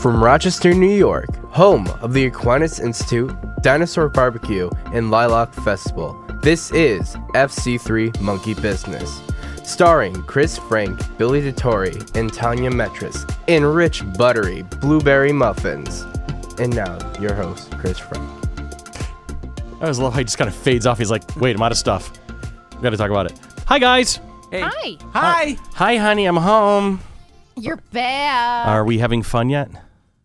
From Rochester, New York, home of the Aquinas Institute, Dinosaur Barbecue, and Lilac Festival, this is FC3 Monkey Business. Starring Chris Frank, Billy DeTore, and Tanya Metris in rich, buttery blueberry muffins. And now, your host, Chris Frank. I always love how he just kind of fades off. He's like, wait, I'm out of stuff. We got to talk about it. Hi, guys. Hi. Hi. Hi, honey. I'm home. You're back. Are we having fun yet?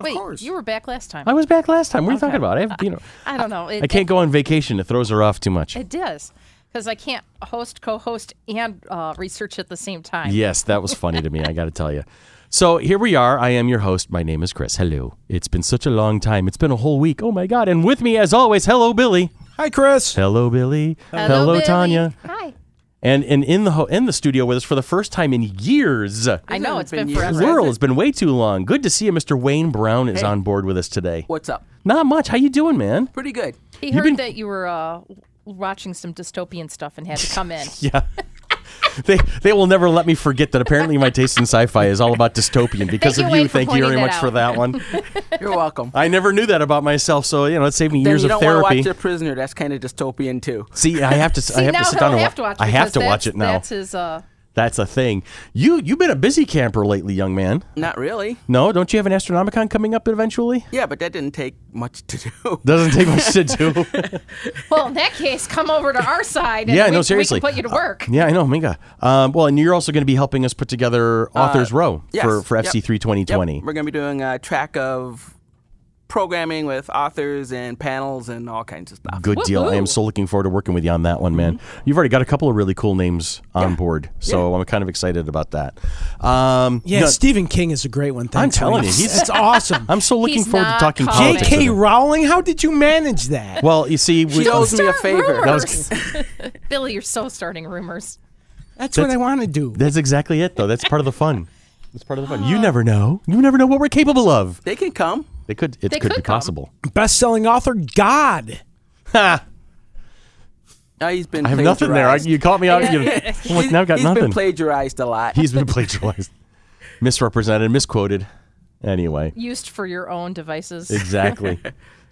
Wait, course. you were back last time. I was back last time. What are you talking about? I have, you know, I don't know. It, I can't go on vacation. It throws her off too much. It, it does because I can't host, co-host, and uh, research at the same time. Yes, that was funny to me. I got to tell you. So here we are. I am your host. My name is Chris. Hello. It's been such a long time. It's been a whole week. Oh my God! And with me, as always, hello Billy. Hi, Chris. Hello Billy. Billy. Tanya. Hi. And and in the ho- in the studio with us for the first time in years. I know it's been been years? forever. World has been way too long. Good to see you, Mr. Wayne Brown is on board with us today. What's up? Not much. How you doing, man? Pretty good. He heard that you were uh, watching some dystopian stuff and had to come in. Yeah. they they will never let me forget that apparently my taste in sci-fi is all about dystopian because Thank of you, you. Wayne, for Thank you very pointing that much for out. that one. You're welcome. I never knew that about myself, so you know it saved me then years you don't of want to therapy. watch The Prisoner. That's kind of dystopian too. See, I have to I have now to sit he'll down and have wa- to watch. I have because to watch that's- it now. That's his. Uh, That's a thing. You you've been a busy camper lately, young man. Not really. No, don't you have an Astronomicon coming up eventually? Yeah, but that didn't take much to do. Doesn't take much to do. well, in that case, come over to our side. And Yeah, we, no, we can seriously. Uh, put you to work. yeah, I know, Minga. Um, well, and you're also going to be helping us put together Authors Row yes, for for yep. FC3 2020. Yep, We're gonna be doing a track of programming with authors and panels and all kinds of stuff. Good deal. I am Woohoo. so looking forward to working with you on that one, man. You've already got a couple of really cool names on board, so I'm kind of excited about that. Um, Yeah, no, Stephen King is a great one. Thanks, telling you, Wayne. he's- that's awesome. I'm so looking He's forward to not talking calling. politics. with J.K. him. Rowling, how did you manage that? Well, you see, we, She owes me a Start favor. That Rumors. was- Billy, you're so starting rumors. that's, what I want to do. that's exactly it, though. That's part of the fun. That's part of the fun. You never know. You never know what we're capable of. They can come. It could. It They could, could be come. possible. Best-selling author, God. Ha! Uh, he's been. I have nothing there. I, plagiarized. you caught me out. You, I'm like, now I've got He's nothing. been plagiarized a lot. he's been plagiarized, misrepresented, misquoted. Anyway, Used for your own devices. exactly.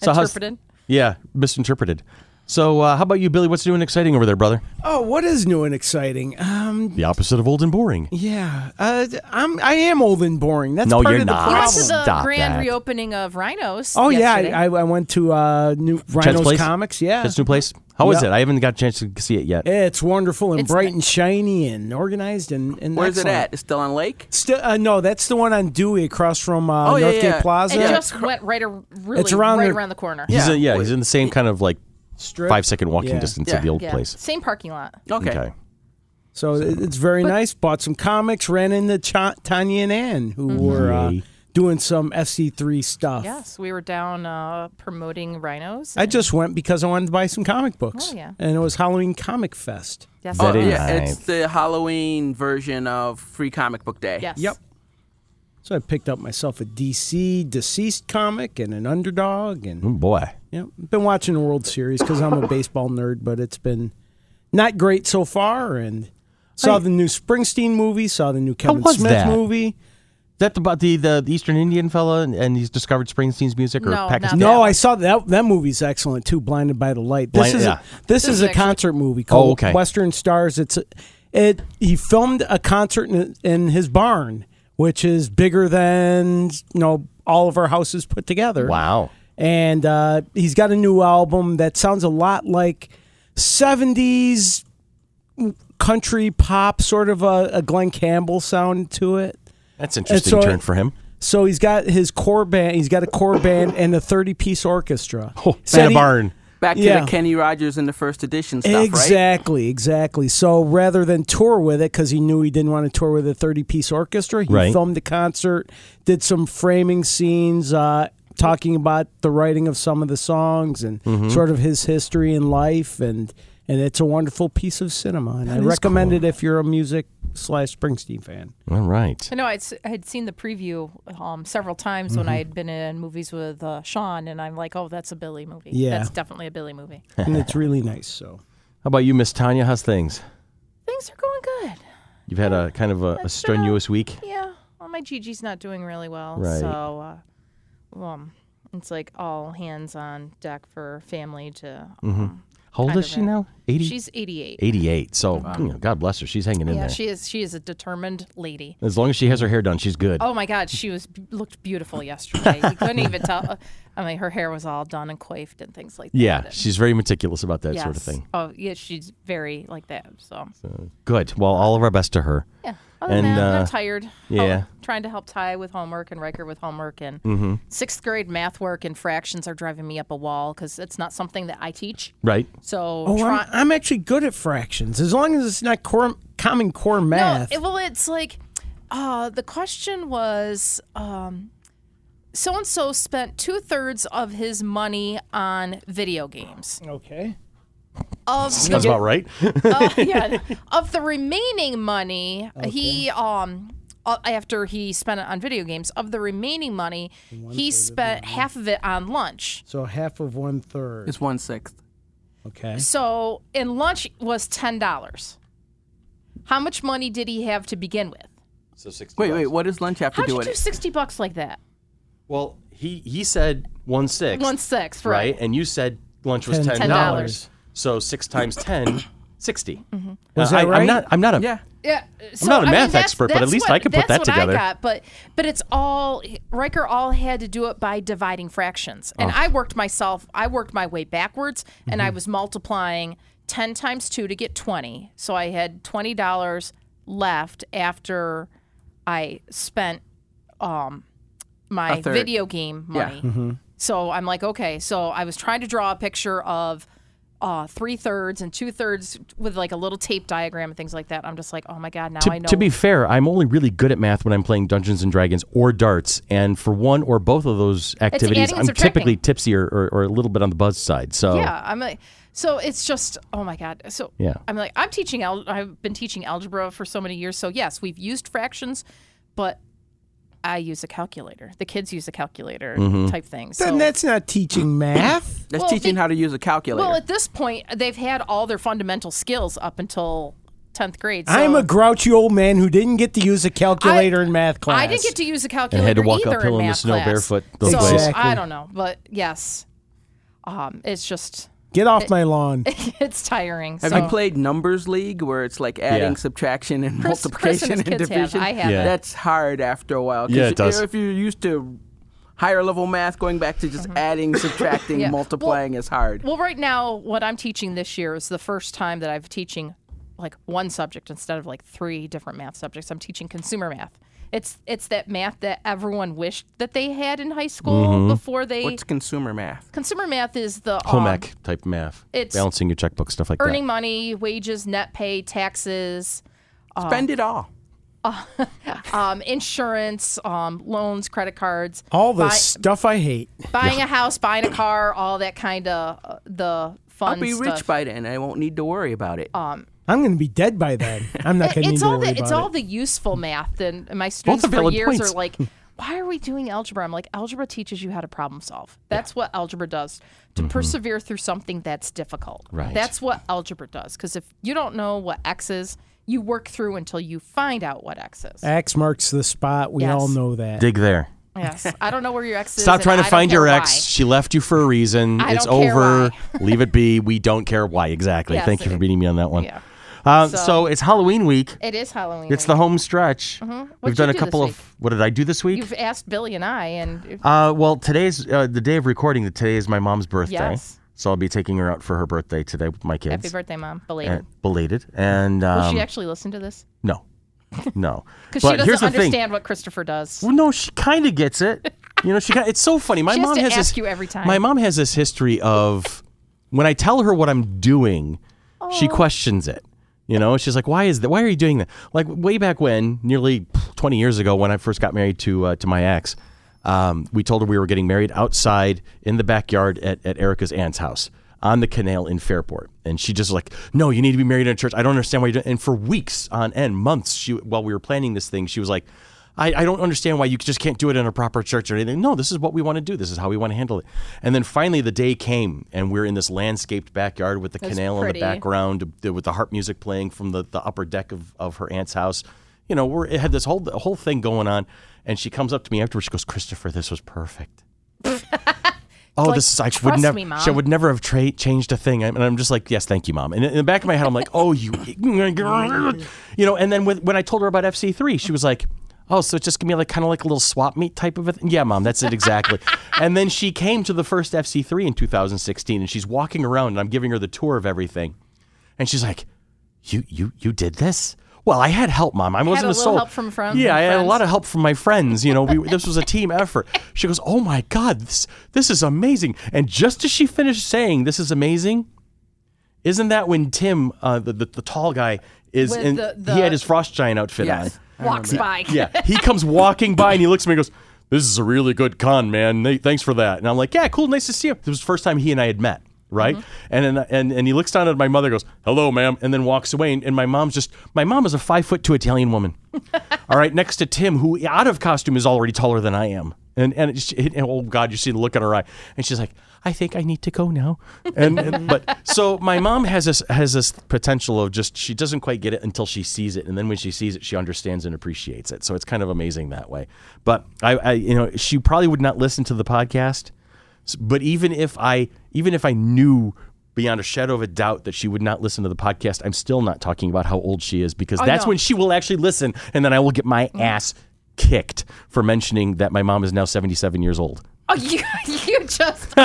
how's- Interpreted. Yeah, misinterpreted. So, uh, how about you, Billy? What's new and exciting over there, brother? Oh, what is new and exciting? Um, The opposite of old and boring. yeah, uh, I'm I am old and boring. That's No, part you're of the not. You went problem. to the Stop grand that. reopening of Rhinos. Oh yesterday. yeah, I, I went to uh, New Chad's Rhinos place? Comics. Yeah, Chad's new place. How is Yeah. it? I haven't got a chance to see it yet. it's wonderful and It's bright the- and shiny and organized and and Where's it excellent. at? It's still on Lake. Still, uh, no, that's the one on Dewey across from uh, Oh, yeah, Northgate yeah. Plaza. It Yeah. just went right, a, really, It's around right the- around the corner. He's Yeah. in, yeah, he's in the same kind of like Strip. five second walking Yeah. distance Yeah. of the old Yeah. place. Same parking lot. Okay. Okay. So it- it's very nice. Bought some comics. Ran into Cha- Tanya and Ann, who were uh, Yay. doing some FC3 stuff. Mm-hmm. Yes, we were down uh, promoting Rhinos. I just went because I wanted to buy some comic books. Oh, yeah. And it was Halloween Comic Fest. Yes, That it is- was. Yeah, Nice. it's the Halloween version of Free Comic Book Day. Yes. Yep. So I picked up myself a DC deceased comic and an underdog, and Mm, boy. you know, been watching the World Series because I'm a baseball nerd, but it's been not great so far. And saw I- the new Springsteen movie, saw the new Kevin was Smith that? movie. Is that about the, the, the Eastern Indian fella and, and he's discovered Springsteen's music or No, Pakistan? not No, Yeah. I saw that. That movie's excellent too. Blinded by the light. This Blind- is yeah. a, this, is, is a excellent. concert movie called Oh, okay. Western Stars. It's a, it. He filmed a concert in, in his barn, which is bigger than you know all of our houses put together. Wow. And uh, he's got a new album that sounds a lot like '70s country pop, sort of a, a Glenn Campbell sound to it. That's an interesting so- turn for him. So he's got his core band. He's got a core band and a thirty-piece orchestra. Oh, Said Santa he- Barn. Back to Yeah. the Kenny Rogers in the first edition stuff, right? Exactly, exactly. So rather than tour with it, because he knew he didn't want to tour with a 30 piece orchestra, he Right. filmed the concert, did some framing scenes, uh, talking about the writing of some of the songs and sort of his history and life. And, and it's a wonderful piece of cinema. And I recommend it if you're a music slash Springsteen fan. All right. I know I'd, s- I had seen the preview um, several times when Mm-hmm. I had been in movies with uh, Sean, and I'm like, oh, that's a Billy movie. Yeah. That's definitely a Billy movie. and it's really nice. So. How about you, Miss Tanya? How's things? Things are going good. You've had a kind of a, a strenuous week. Yeah. Well, my Gigi's not doing really well. Right. So uh, um, it's like all hands on deck for family to. Mm-hmm. um, How old kind is of she a- now? 80? She's 88. 88. So you know, God bless her. She's hanging in yeah, there. she is. She is a determined lady. as long as she has her hair done, she's good. Oh my God, she was looked beautiful yesterday. you couldn't even tell. I mean, her hair was all done and coiffed and things like that. yeah, and- she's very meticulous about that yes. sort of thing. Oh yeah, she's very like that. So Good. Well, all of our best to her. yeah. Other than And, that, uh, I'm tired. yeah. Mm-hmm. Help- trying to help Ty with homework and Riker with homework and sixth grade math work and fractions are driving me up a wall because it's not something that I teach. Right? So Oh, try- I'm, I'm actually good at fractions as long as it's not core, common core math. No, it- well, it's like uh, the question was um, so and so spent two thirds of his money on video games. okay. Of Sounds about right. of- yeah, of the remaining money, he um uh, after he spent it on video games, of the remaining money, he spent half of it on lunch. So half of one third. It's one sixth. Okay. So, and lunch was ten dollars. How much money did he have to begin with? so 60 Wait, wait. What does lunch have to How'd do you with do it? sixty bucks like that? Well, he, he said one six. One six, right? right? And you said lunch was Ten ten dollars. Mm-hmm. dollars. So six times ten, sixty. Was that I, am right? not. I'm not a. Yeah. Yeah, so, not a I mean, math that's- expert, but at that's least what- I could put that's that what together. I got, but but it's all Riker. All had to do it by dividing fractions, and Oh. I worked myself. I worked my way backwards, and Mm-hmm. I was multiplying ten times two to get twenty. So I had twenty dollars left after I spent um my A third. video game Yeah. money. Mm-hmm. So I'm like, okay. So I was trying to draw a picture of uh, three thirds and two thirds with like a little tape diagram and things like that. I'm just like, oh my god, now I To, know. to be fair, I'm only really good at math when I'm playing Dungeons and Dragons or darts, and for one or both of those activities, adding and I'm typically subtracting. tipsy or, or, or a little bit on the buzz side. So yeah, I'm like, so it's just, oh my god. So Yeah. I'm like, I'm teaching. Al- I've been teaching algebra for so many years. So yes, we've used fractions, but I use a calculator. The kids use a calculator Mm-hmm. type thing. So Then that's not teaching math. That's Well, teaching the- how to use a calculator. well, at this point, they've had all their fundamental skills up until tenth grade. So I'm a grouchy old man who didn't get to use a calculator in math class. I didn't get to use a calculator had to walk either uphill in the math snow class. barefoot those so days. I Exactly. don't know, but yes, um, it's just get off my lawn. it's tiring. have so. you played Numbers League, where it's like adding, Yeah. subtraction, and Chris- Chris multiplication and his and kids have. division? I haven't. Yeah. That's hard after a while. 'cause Yeah, it you- does. If you're used to higher level math, going back to just adding, subtracting, Mm-hmm. Yeah. multiplying is hard. Well, right now, what I'm teaching this year is the first time that I've teaching like one subject instead of like three different math subjects. I'm teaching consumer math. It's it's that math that everyone wished that they had in high school before they. What's consumer math? consumer math is the Mm-hmm. home um, ec type math, it's balancing your checkbook, stuff like earning money, wages, net pay, taxes. Spend it all. um, insurance, um, loans, credit cards, All the buy- stuff I hate. buying a house, buying a car, all that kind of uh, the fun I'll be stuff. rich by then. I won't need to worry about it. I'm going to be dead by then. I'm not going to need it's to all worry the it's about all the useful math, and my students are for valid years points. are like, "Why are we doing algebra?" I'm like, "Algebra teaches you how to problem solve. That's what algebra does to persevere through something that's difficult. Mm-hmm. Right. That's what algebra does. Because if you don't know what x is, you work through until you find out what x is. it. Eh. X marks the spot. We all Yes. know that. that. Dig there. yes, I don't know where your x is. Stop and trying I to don't find care your why. ex. She left you for a reason. I it's don't care over. Leave it be. We don't care why exactly. Yes, Thank you for it- beating me on that one. Yeah. Uh, so, So- it's Halloween week. It is Halloween. It's the home stretch. We've Mm-hmm. What'd done you a do this couple week? of. What did I do this week? You've asked Billy and I, and Uh, well, today's uh, the day of recording. Today is my mom's birthday, Yes. so I'll be taking her out for her birthday today with my kids. happy birthday, mom. Belated. And- belated, and um, Will she actually listen to this? no, no. Because But she doesn't here's the understand thing. what Christopher does. Well, no, she kind of gets it. You know, she. Kinda, it's so funny. My She has mom to has ask this. you every time. My mom has this history of when I tell her what I'm doing, she Oh. questions it. You know, she's like, "Why is that? Why are you doing that?" Like way back when, nearly pff, 20 years ago, when I first got married to uh, to my ex, um, we told her we were getting married outside in the backyard at, at Erica's aunt's house on the canal in Fairport, and she just like, "No, you need to be married in a church. I don't understand why you don't." And for weeks on end, months, she while we were planning this thing, she was like. I, I don't understand why you just can't do it in a proper church or anything. No, this is what we want to do. This is how we want to handle it. And then finally, the day came, and we're in this landscaped backyard with the canal in the pretty. background, th- with the harp music playing from the, the upper deck of, of her aunt's house. You know, we're, it had this whole the whole thing going on, and she comes up to me afterwards. She goes, "Christopher, this was perfect." Oh, Like, this I would trust never. me, Mom. I would never have tra- changed a thing, and I'm just like, yes, thank you, mom. And in the back of my head, I'm like, oh, you, you know. And then with, when I told her about FC3, she was like, oh, so it's just gonna be like kind of like a little swap meet type of a thing. Yeah, mom, that's it exactly. and then she came to the first FC3 in 2016, and she's walking around, and I'm giving her the tour of everything, and she's like, you, you, you did this. Well, I had help, mom. I wasn't a a little sole. help from friends- Yeah, I had a friends. lot of help from my friends. You know, we, this was a team effort. She goes, "Oh my god, this this is amazing!" And just as she finished saying, "This is amazing," isn't that when Tim, uh, the, the the tall guy, is With in, the- the- he had his frost giant outfit Yes. Walks by. on? Yeah, he comes walking by and he looks at me and goes, "This is a really good con, man. Th- Thanks for that." And I'm like, "Yeah, cool, nice to see you." This was the first time he and I had met. Right, and, and and and he looks down at my mother, goes, "Hello, ma'am," and then walks away. And, and my mom's just, my mom is a five foot two Italian woman. All right, next to Tim, who out of costume is already taller than I am. And and, it's, and oh God, you see the look in her eye, and she's like, "I think I need to go now." And, and- but so my mom has this has this potential of just she doesn't quite get it until she sees it, and then when she sees it, she understands and appreciates it. So it's kind of amazing that way. But I, I you know she probably would not listen to the podcast, S- but even if I even if I knew beyond a shadow of a doubt that she would not listen to the podcast, I'm still not talking about how old she is because that's no. when she will actually listen, and then I will get my ass kicked for mentioning that my mom is now 77 years old. Oh, you, you just.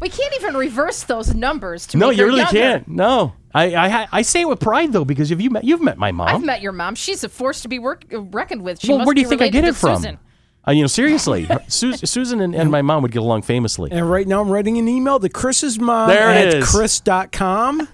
we can't even reverse those numbers. To No, make you her really younger. can't. No, I, I ha- I say it with pride though because if you met you've met my mom. I've met your mom. She's a force to be work- reckoned with. She well, must where do be you think I related get to it from? Susan. Uh, you know, seriously, her- Sus- Susan and, and my mom would get along famously. And right now I'm writing an email to Chris's mom There it at is. chris.com.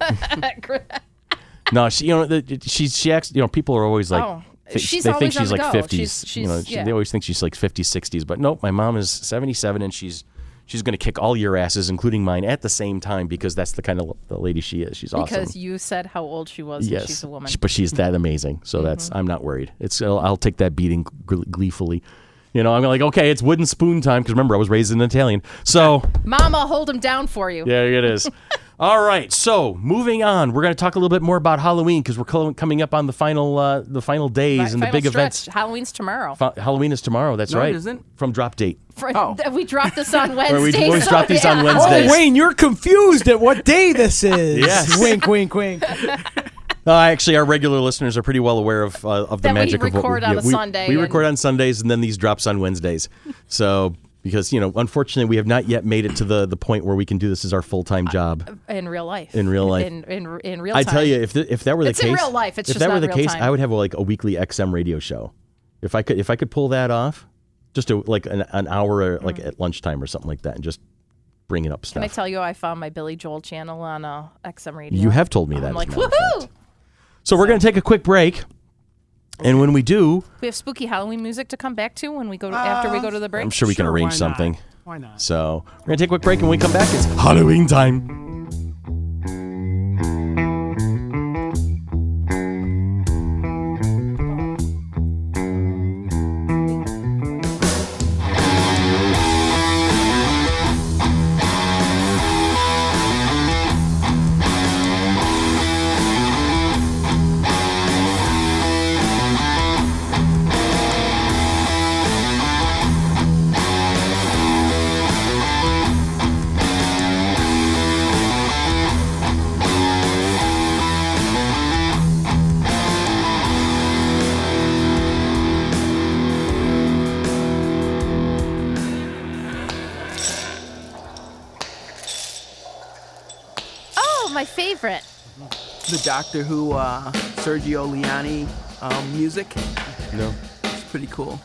No, she, you know, the, she, she acts, you know, people are always like, Oh, thi- she's they think always on she's the like go. 50s. She's- you know, she's- she- yeah. they always think she's like 50s, 60s, but nope, my mom is 77 and she's, she's going to kick all your asses, including mine at the same time, because that's the kind of l- the lady she is. She's awesome. Because you said how old she was. yes. And she's a woman. Mm-hmm. She- But she's that amazing. So that's, I'm not worried. It's, I'll, I'll take that beating gl- gleefully. You know, I'm like, okay, it's wooden spoon time. Cause remember I was raised in Italian. So Mom, I'll hold him down for you. there it is. All right. So moving on, we're going to talk a little bit more about Halloween because we're col- coming up on the final uh, the final days and the Final big stretch. events. Halloween's tomorrow. Fa- Halloween is tomorrow. That's it right. isn't. From drop date. For- Oh. We dropped this on Wednesday. we always so drop these on yeah. Wednesday. Oh, Wayne, you're confused at what day this is. Yes. Wink, wink, wink. Uh, actually, our regular listeners are pretty well aware of uh, of the That we magic of what record on a we, Sunday We and- record on Sundays, and then these drops on Wednesdays. So. Because you know, unfortunately, we have not yet made it to the, the point where we can do this as our full time Uh, job. In real life. In real life. In, in, in real I time. tell you, if th- if that were the It's case, in real life, it's if just that were not the real case, time. I would have like a weekly XM radio show. If I could, if I could pull that off, just to like an, an hour, or like Mm. at lunchtime or something like that, and just bringing up Can I stuff. tell you how I found my Billy Joel channel on uh, XM Radio? you have told me that. as I'm a like, matter of fact. woohoo! So we're gonna take a quick break, and when we do, We have spooky Halloween music to come back to when we go to, after we go to the break. I'm sure we can Sure, arrange why not? something. Why not? So we're gonna take a quick break, and when we come back, it's Halloween time. Oh, my favorite. The Doctor Who uh, Sergio Leone um, music. No. Uh-huh. It's pretty cool.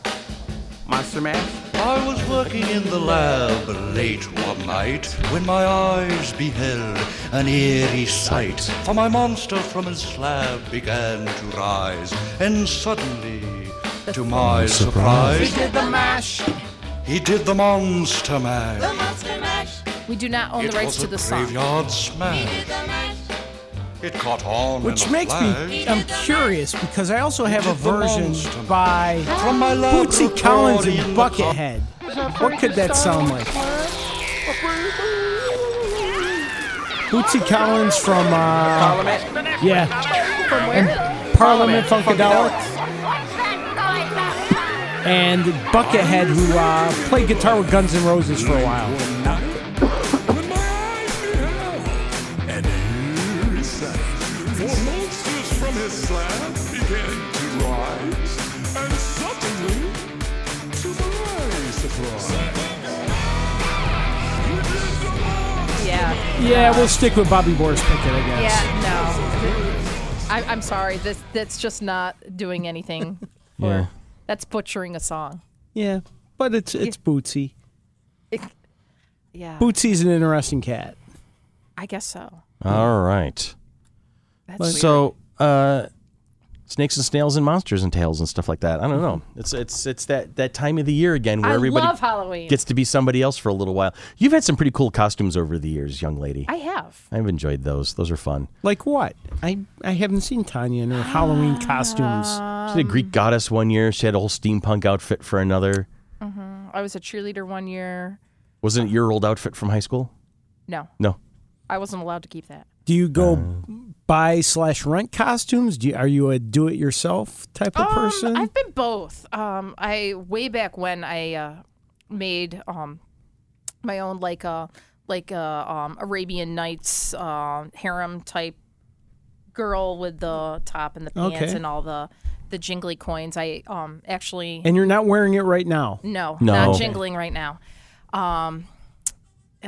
Monster Mash. I was working in the lab late one night when my eyes beheld an eerie sight. For my monster from his slab began to rise, and suddenly, to my surprise, Did the mash. he did the monster mash. We do not own It the rights was to a the song. graveyard smash. It caught on Which in a makes flash. me, I'm curious because I also have a did the version monster. by from my Bootsy laboratory Collins and in the Buckethead. What could that sound like? Bootsy Collins from, uh, Parliament. yeah, From where? Parliament Funkadelic. What's that going on? and Buckethead, who uh, played guitar with Guns N' Roses for a while. Yeah. Yeah, we'll stick with Bobby Boris Pickett, I guess. Yeah. No. I, I'm sorry. This that's just not doing anything. for, Yeah. That's butchering a song. Yeah, but it's it's Bootsy. Yeah. Bootsy's an interesting cat. I guess so. All right. That's weird. So, uh, snakes and snails and monsters and tails and stuff like that. I don't know. It's it's it's that that time of the year again where I everybody love Halloween. gets to be somebody else for a little while. You've had some pretty cool costumes over the years, young lady. I have. I've enjoyed those. Those are fun. Like what? I I haven't seen Tanya in her Halloween costumes. She did a Greek goddess one year. She had a whole steampunk outfit for another. I was a cheerleader one year. Wasn't it your old outfit from high school? No, No. I wasn't allowed to keep that. Do you Uh, go buy slash rent costumes? Do you, are you a do it yourself type of Um, person? I've been both. Um, I way back when I uh, made um, my own like uh, like uh, um, Arabian Nights uh, harem type girl with the top and the pants Okay. and all the the jingly coins. I um, actually and you're not wearing it right now. no, No. not Okay. jingling right now. Um, uh,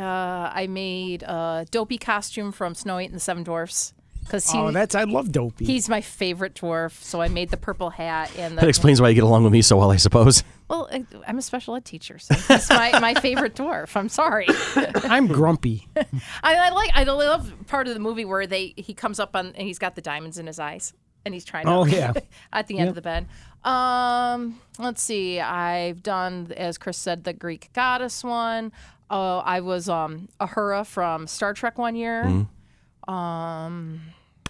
I made a dopey costume from Snow White and the Seven Dwarfs because he Oh, that's I love Dopey. He's my favorite dwarf, so I made the purple hat and the. That explains why you get along with me so well, I suppose. well, I- I'm a special ed teacher, so he's my, my favorite dwarf. I'm sorry. I'm grumpy. I, I like I love part of the movie where they he comes up on and he's got the diamonds in his eyes and he's trying. to- Oh, yeah. at the end of the bed. Um, let's see. I've done as Chris said the Greek goddess one. Oh, I was um Ahura from Star Trek one year. Mm-hmm.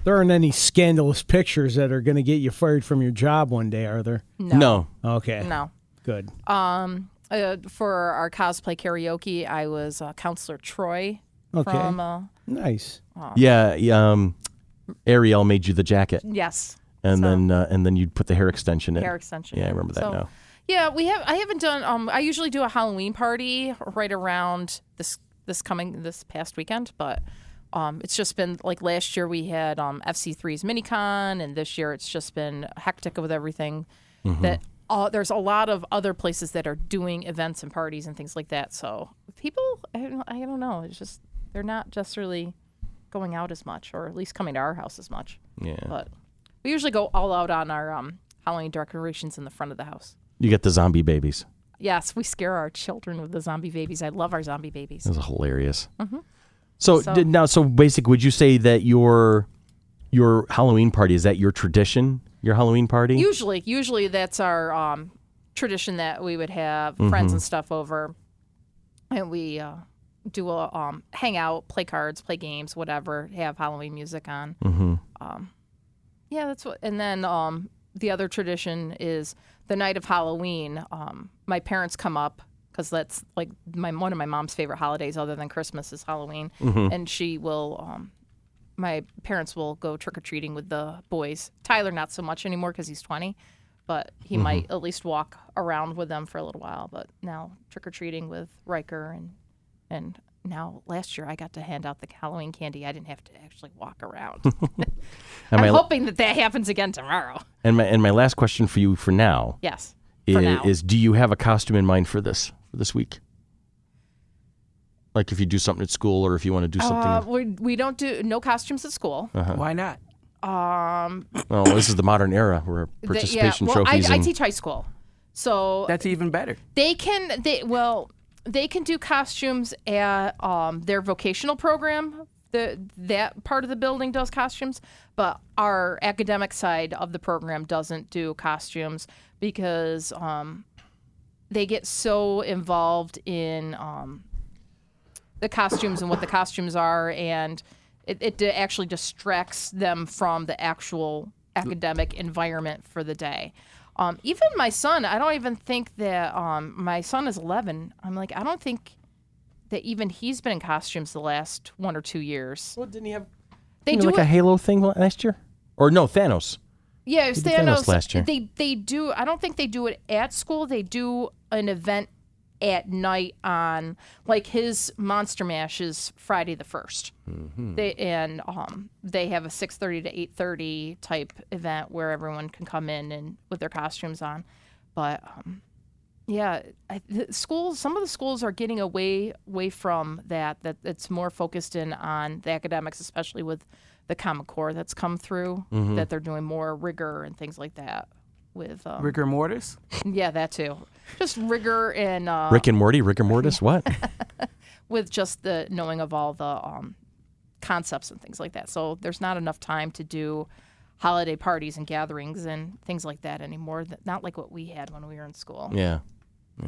There aren't any scandalous pictures that are going to get you fired from your job one day, are there? No. Okay. No. Good. Uh, for our cosplay karaoke, I was uh, Counselor Troy Okay. from uh, nice. Yeah. yeah, Um, Ariel made you the jacket, yes. and then uh, and then you put the hair extension in. hair extension. Yeah, I remember that So, now. Yeah, we have. I haven't done. Um, I usually do a Halloween party right around this this coming this past weekend, but um, it's just been like last year we had um FC3's MiniCon, and this year it's just been hectic with everything. That all there's a lot of other places that are doing events and parties and things like that. So people, I don't, I don't know. It's just they're not just really going out as much, or at least coming to our house as much. Yeah. But we usually go all out on our um, Halloween decorations in the front of the house. You get the zombie babies. Yes, we scare our children with the zombie babies. I love our zombie babies. This is hilarious. So, Mm-hmm. So- did, now, so basic. Would you say that your your Halloween party is that your tradition? Your Halloween party? Usually, usually that's our um, tradition that we would have friends and stuff over, and we uh, do a um, hang out, play cards, play games, whatever. Have Halloween music on. Um, mm-hmm. Yeah, that's what. And then um, the other tradition is the night of Halloween. Um, my parents come up because that's like my one of my mom's favorite holidays, other than Christmas, is Halloween. And she will. Um, my parents will go trick or treating with the boys. Tyler not so much anymore because he's twenty, but he Mm-hmm. might at least walk around with them for a little while. But now trick or treating with Riker and and. Now, last year I got to hand out the Halloween candy. I didn't have to actually walk around. And I'm my hoping that that happens again tomorrow. and my and my last question for you for now, Yes. is, For now. is do you have a costume in mind for this for this week? Like if you do something at school or if you want to do uh, something. we, we don't do no costumes at school. Uh, Why not? oh, this is the modern era where They- participation well, I, trophies I and teach high school, so That's even better. they can they well they can do costumes at um, their vocational program. The that part of the building does costumes, but our academic side of the program doesn't do costumes because um, they get so involved in um, the costumes and what the costumes are, and it, it di- actually distracts them from the actual academic environment for the day. Um, even my son, I don't even think that um, my son is 11. I'm like, I don't think that even he's been in costumes the last one or two years. didn't he have They do like a it. Halo thing last year? Or no, Thanos. Yeah, Thanos Thanos. last year. They they do. I don't think they do it at school. They do an event at night on like his Monster Mash is Friday the 1st Mm-hmm. They and um they have a six thirty to eight thirty type event where everyone can come in and with their costumes on, but um, yeah, I, the schools. Some of the schools are getting away away from that. That it's more focused in on the academics, especially with the Common Core that's come through. That they're doing more rigor and things like that. With um, Rigor mortis. yeah, that too. Just rigor and uh, Rick and Morty, Rick and Mortis, what? with just the knowing of all the um, concepts and things like that. So there's not enough time to do holiday parties and gatherings and things like that anymore. That- Not like what we had when we were in school. yeah.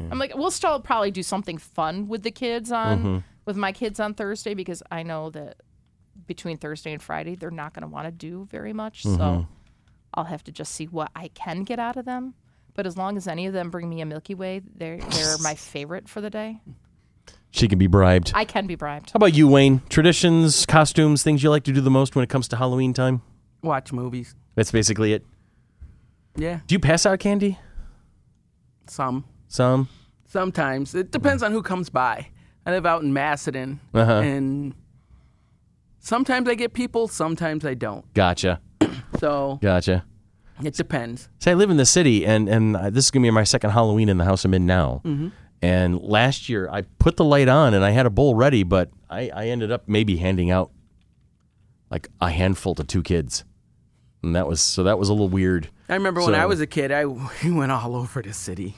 I'm like, we'll still probably do something fun with the kids on Mm-hmm. with my kids on Thursday because I know that between Thursday and Friday they're not going to want to do very much. So Mm-hmm. I'll have to just see what I can get out of them. But as long as any of them bring me a Milky Way, they're they're my favorite for the day. She can be bribed. I can be bribed. How about you, Wayne? Traditions, costumes, things you like to do the most when it comes to Halloween time? Watch movies. That's basically it. Yeah, Do you pass out candy? some. Some. Sometimes it depends on who comes by. I live out in Macedon, and sometimes I get people, sometimes I don't. Gotcha. So Gotcha. it depends. See, I live in the city, and and uh, this is gonna be my second Halloween in the house I'm in now. Mm-hmm. And last year, I put the light on, and I had a bowl ready, but I I ended up maybe handing out like a handful to two kids, and that was so that was a little weird. I remember when I So- was a kid, I we went all over the city.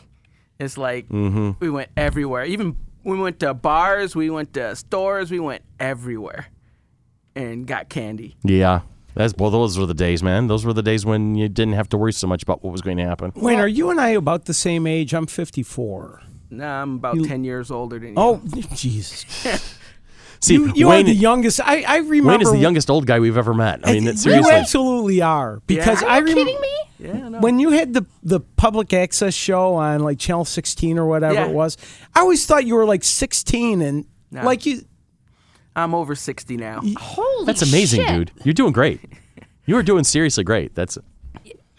It's like we went everywhere. Even we went to bars, we went to stores, we went everywhere, and got candy. Yeah. That's well. Those were the days, man. Those were the days when you didn't have to worry so much about what was going to happen. Wayne, are you and I about the same age? I'm 54. Now I'm about ten years older than you. Oh, Jesus. See, You, you Wayne, are the youngest. I, I remember. Wayne is the youngest old guy we've ever met. I mean, that, You seriously. absolutely are. Because Yeah. I Are you remember. kidding me? yeah, no. When you had the the public access show on like Channel 16 or whatever Yeah. it was, I always thought you were like 16 and No. like you. I'm over sixty now. Holy That's amazing, shit. dude. You're doing great. You are doing seriously great. That's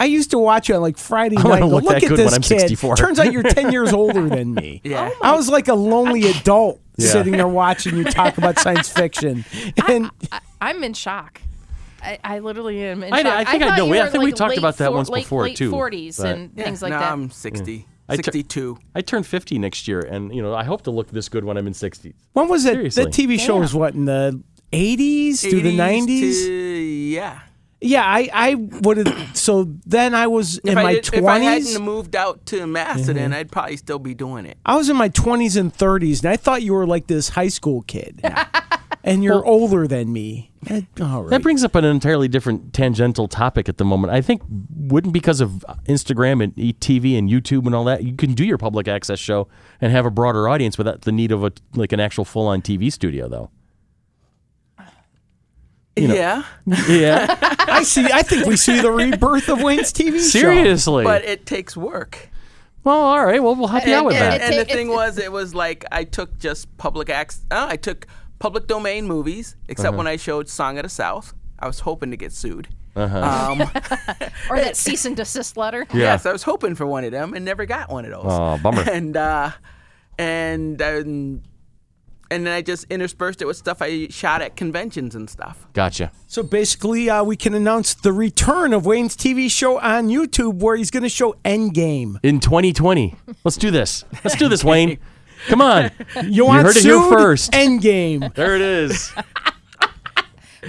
I used to watch you on like Friday wanna night. go, look look that at good this when I'm kid. 64." Turns out you're 10 years older than me. Yeah. Oh I was like a lonely adult sitting there watching you talk about science fiction. And I, I'm in shock. I, I literally am in I- shock. I think I thought know. you We- I were, think we like, talked late about that four- once late- before, late too, 40s but- and things like now that. I'm 60, I tur- 62. I turn 50 next year, and you know I hope to look this good when I'm in 60s. when was it? Seriously. The TV show was what in the 80s through the 80s 90s? to- yeah. Yeah, I I would have so then I was in if I my Mm-hmm. did- If I 20s. hadn't moved out to Macedon, I'd probably still be doing it. I was in my 20s and 30s, and I thought you were like this high school kid. and you're older than me. That, all right. That brings up an entirely different tangential topic at the moment. I think wouldn't because of Instagram and e- TV and YouTube and all that, you can do your public access show and have a broader audience without the need of a like an actual full on TV studio, though. yeah. Yeah, I see. I think we see the rebirth of Wayne's TV show. seriously. But it takes work. well, all right. Well, we'll help you out with and- that. It And the ta- it- thing was, it was like I took just public access. Uh, I took public domain movies, except Uh-huh. when I showed Song of the South. I was hoping to get sued. Uh-huh. Um, or that cease and desist letter. Yes, I was hoping for one of them and never got one of those. Oh, Aw, bummer. And uh, and and and then I just interspersed it with stuff I shot at conventions and stuff. Gotcha. So basically, uh, we can announce the return of Wayne's TV show on YouTube, where he's going to show Endgame. In 2020, let's do this. Let's do this, Wayne. Come on. You want heard it here sued? first. Endgame. There it is.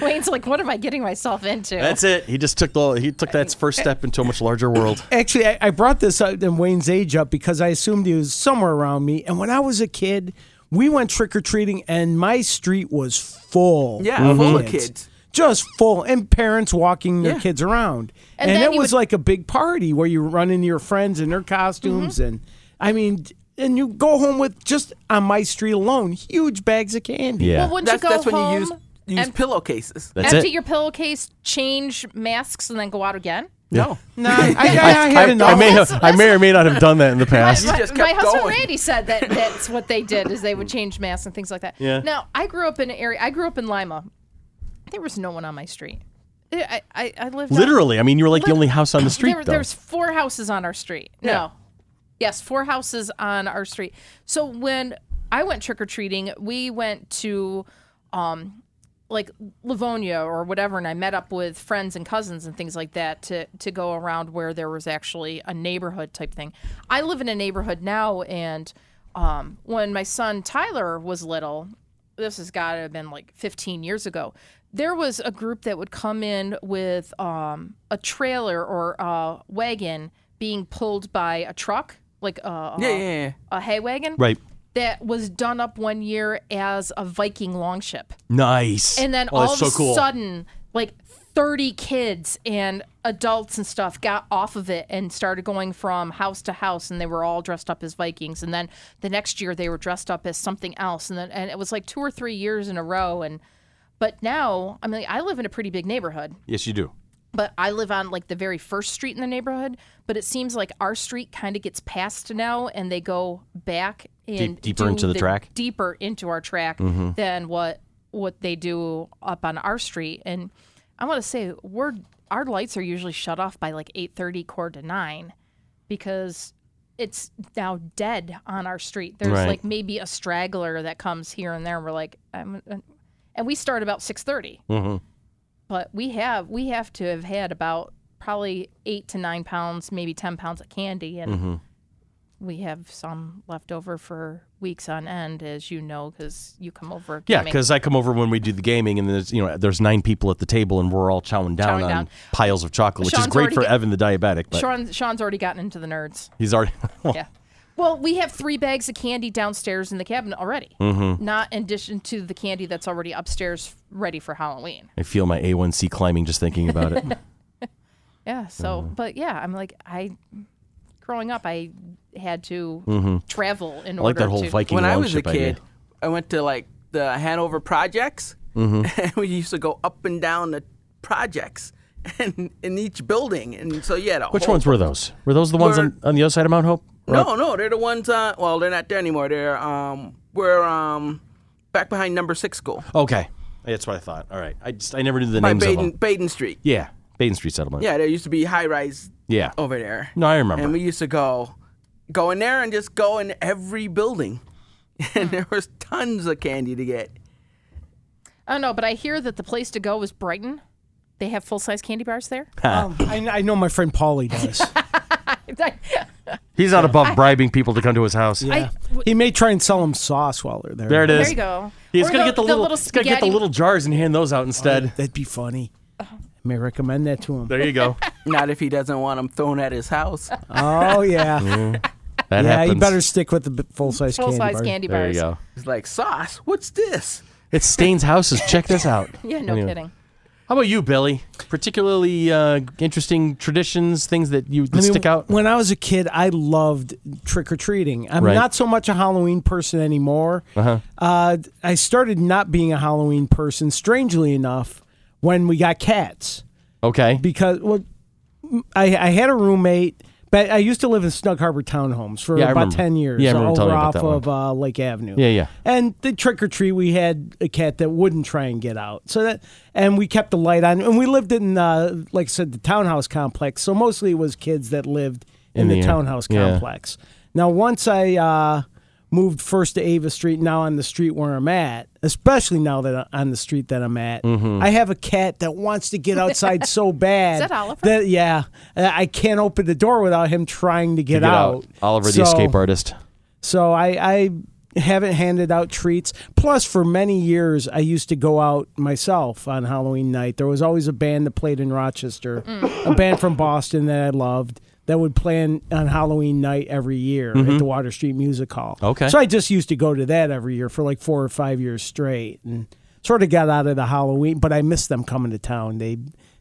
Wayne's like, what am I getting myself into? That's it. He just took the he took that first step into a much larger world. Actually, I, I brought this up in Wayne's age up because I assumed he was somewhere around me. And when I was a kid, we went trick or treating, and my street was full. Yeah, full of kids. Just full, and parents walking their Yeah. kids around. And And, then it you was would- like a big party where you run into your friends in their costumes. Mm-hmm. And I mean, and you go home with just on my street alone, huge bags of candy. Yeah. Well, wouldn't That's you go that's when home, you use use em- pillowcases. That's empty it. your pillowcase, change masks, and then go out again? No. No, I, I, I had enough. I may That's- have, I may or may not have done that in the past. You just my kept husband going. Randy said that that's what they did is they would change masks and things like that. Yeah. Now I grew up in an area. I grew up in Lima. There was no one on my street. I, I, I lived on- Literally, I mean, you were like the only house on the street, There, though. there's four houses on our street. No. Yes, four houses on our street. So when I went trick or treating, we went to um like Livonia or whatever and I met up with friends and cousins and things like that to to go around where there was actually a neighborhood type thing. I live in a neighborhood now and um when my son Tyler was little, this has got to have been like 15 years ago. There was a group that would come in with um, a trailer or a wagon being pulled by a truck, like a, Yeah, yeah, yeah. a hay wagon. right. That was done up one year as a Viking longship. Nice. And then Oh, all that's of so a cool. sudden, like 30 kids and adults and stuff got off of it and started going from house to house and they were all dressed up as Vikings and then the next year they were dressed up as something else and then and it was like two or three years in a row and but now I mean I live in a pretty big neighborhood yes, you do. but I live on like the very first street in the neighborhood but it seems like our street kind of gets passed now and they go back and Deep- deeper do into the track? Mm-hmm. deeper into our track than what what they do up on our street. And I want to say we're our lights are usually shut off by like eight thirty, quarter to nine, because it's now dead on our street. There's Right. like maybe a straggler that comes here and there, and we're like, I'm, uh," and we start about six But we have we have to have had about probably eight to nine pounds, maybe ten pounds of candy, and Mm-hmm. we have some left over for weeks on end, as you know, because you come over. Yeah, gaming- because I come over when we do the gaming, and there's you know there's nine people at the table, and we're all chowing down Chowing on down. piles of chocolate, which is Sean's great already for get- Evan the diabetic, but Sean, Sean's already gotten into the nerds. he's already. Yeah. Well, we have three bags of candy downstairs in the cabinet already, mm-hmm. not in addition to the candy that's already upstairs ready for Halloween. I feel my A1C climbing just thinking about it. Yeah. So, Mm-hmm. but yeah, I'm like, I, growing up, I had to travel in Mm-hmm. I order like that whole to. Viking when I was a longship idea. kid, I went to like the Hanover projects, Mm-hmm. and we used to go up and down the projects, and in each building, and so you had a Which whole- ones were those? Were those the ones Were- on, on the other side of Mount Hope? Or up- No, no, they're the ones. Uh, well, they're not there anymore. They're um, we're um, back behind number six school Okay, that's what I thought. All right, I just I never knew the by names of Baden, them. Baden Street. Yeah, Baden Street Settlement. Yeah, Oh. there used to be high rise yeah. over there. No, I remember. and we used to go, go in there and just go in every building, and there was tons of candy to get. I don't know, Oh, but I hear that the place to go is Brighton. They have full size candy bars there. Um, I, I know my friend Paulie does. He's not above bribing people to come to his house. Yeah. he may try and sell him sauce while they're there. There it is. There you go. He's Or gonna get the, little, he's gonna spaghetti. get the little jars and hand those out instead. That'd be funny. I may recommend that to him. There you go. Not if he doesn't want them thrown at his house. Oh yeah, That yeah. happens. You better stick with the full size full candy. size bar. candy There you bars. go. It's like sauce. What's this? It's Stain's houses. Check this out. Yeah, no Anyway. kidding. How about you, Billy? Particularly uh, interesting traditions, things that you that I mean, stick out. When I was a kid, I loved trick or treating. I'm Right. not so much a Halloween person anymore. Uh-huh. I started not being a Halloween person, strangely enough, when we got cats Okay. because well, I, I had a roommate, but I used to live in Snug Harbor Townhomes for Yeah, I about remember. ten years. Yeah, I remember over telling you about off that of uh, Lake Avenue. Yeah, yeah. And the trick or treat, we had a cat that wouldn't try and get out. So that, and we kept the light on, and we lived in, uh, like I said, the townhouse complex. So mostly it was kids that lived in, In the, the air. townhouse Yeah. complex. Now, once I uh, moved first to Ava Street, now on the street where I'm at, especially now that I- on the street that I'm at, Mm-hmm. I have a cat that wants to get outside so bad. that Oliver? that- yeah, I I can't open the door without him trying to get, Get out. Oliver, the So- escape artist. so I, I haven't handed out treats. Plus, for many years, I used to go out myself on Halloween night. There was always a band that played in Rochester, a band from Boston that I loved that would play in, on Halloween night every year at the Water Street Music Hall. Mm-hmm. Okay. So I just used to go to that every year for like four or five years straight and sort of got out of the Halloween, but I missed them coming to town. They.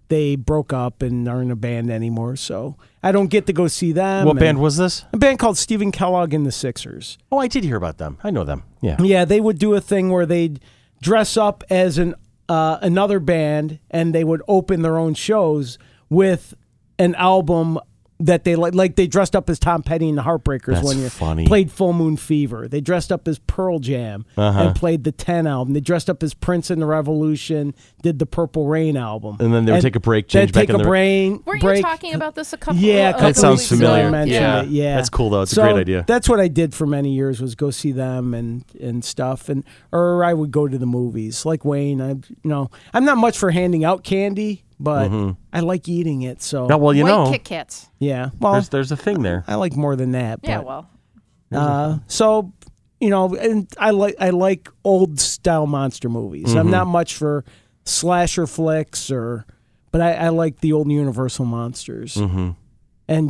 They broke up and aren't a band anymore, so I don't get to go see them. What and- band was this? a band called Stephen Kellogg and the Sixers. Oh, I did hear about them. I know them. Yeah. Yeah, they would do a thing where they'd dress up as an uh, another band and they would open their own shows with an album that they like. Like they dressed up as Tom Petty and the Heartbreakers That's one year. funny. Played Full Moon Fever. They dressed up as Pearl Jam Uh-huh. and played the Ten album. They dressed up as Prince and the Revolution. Did the Purple Rain album. And then they would take a break, change then back take in a the- brain. Weren't break. you talking about this a couple? Yeah, a that couple sounds weeks ago? familiar. Mentioned Yeah. it, yeah, That's cool, though. It's a So great idea. That's what I did for many years was go see them and and stuff, and or I would go to the movies like Wayne. I you know I'm not much for handing out candy, but Mm-hmm. I like eating it. So Oh, well, you White know, Kit Kats. yeah, well, there's there's a thing there. I like more than that. Yeah, but, well, uh, so you know, and I like I like old style monster movies. I'm not much for slasher flicks or, but I, I like the old Universal monsters and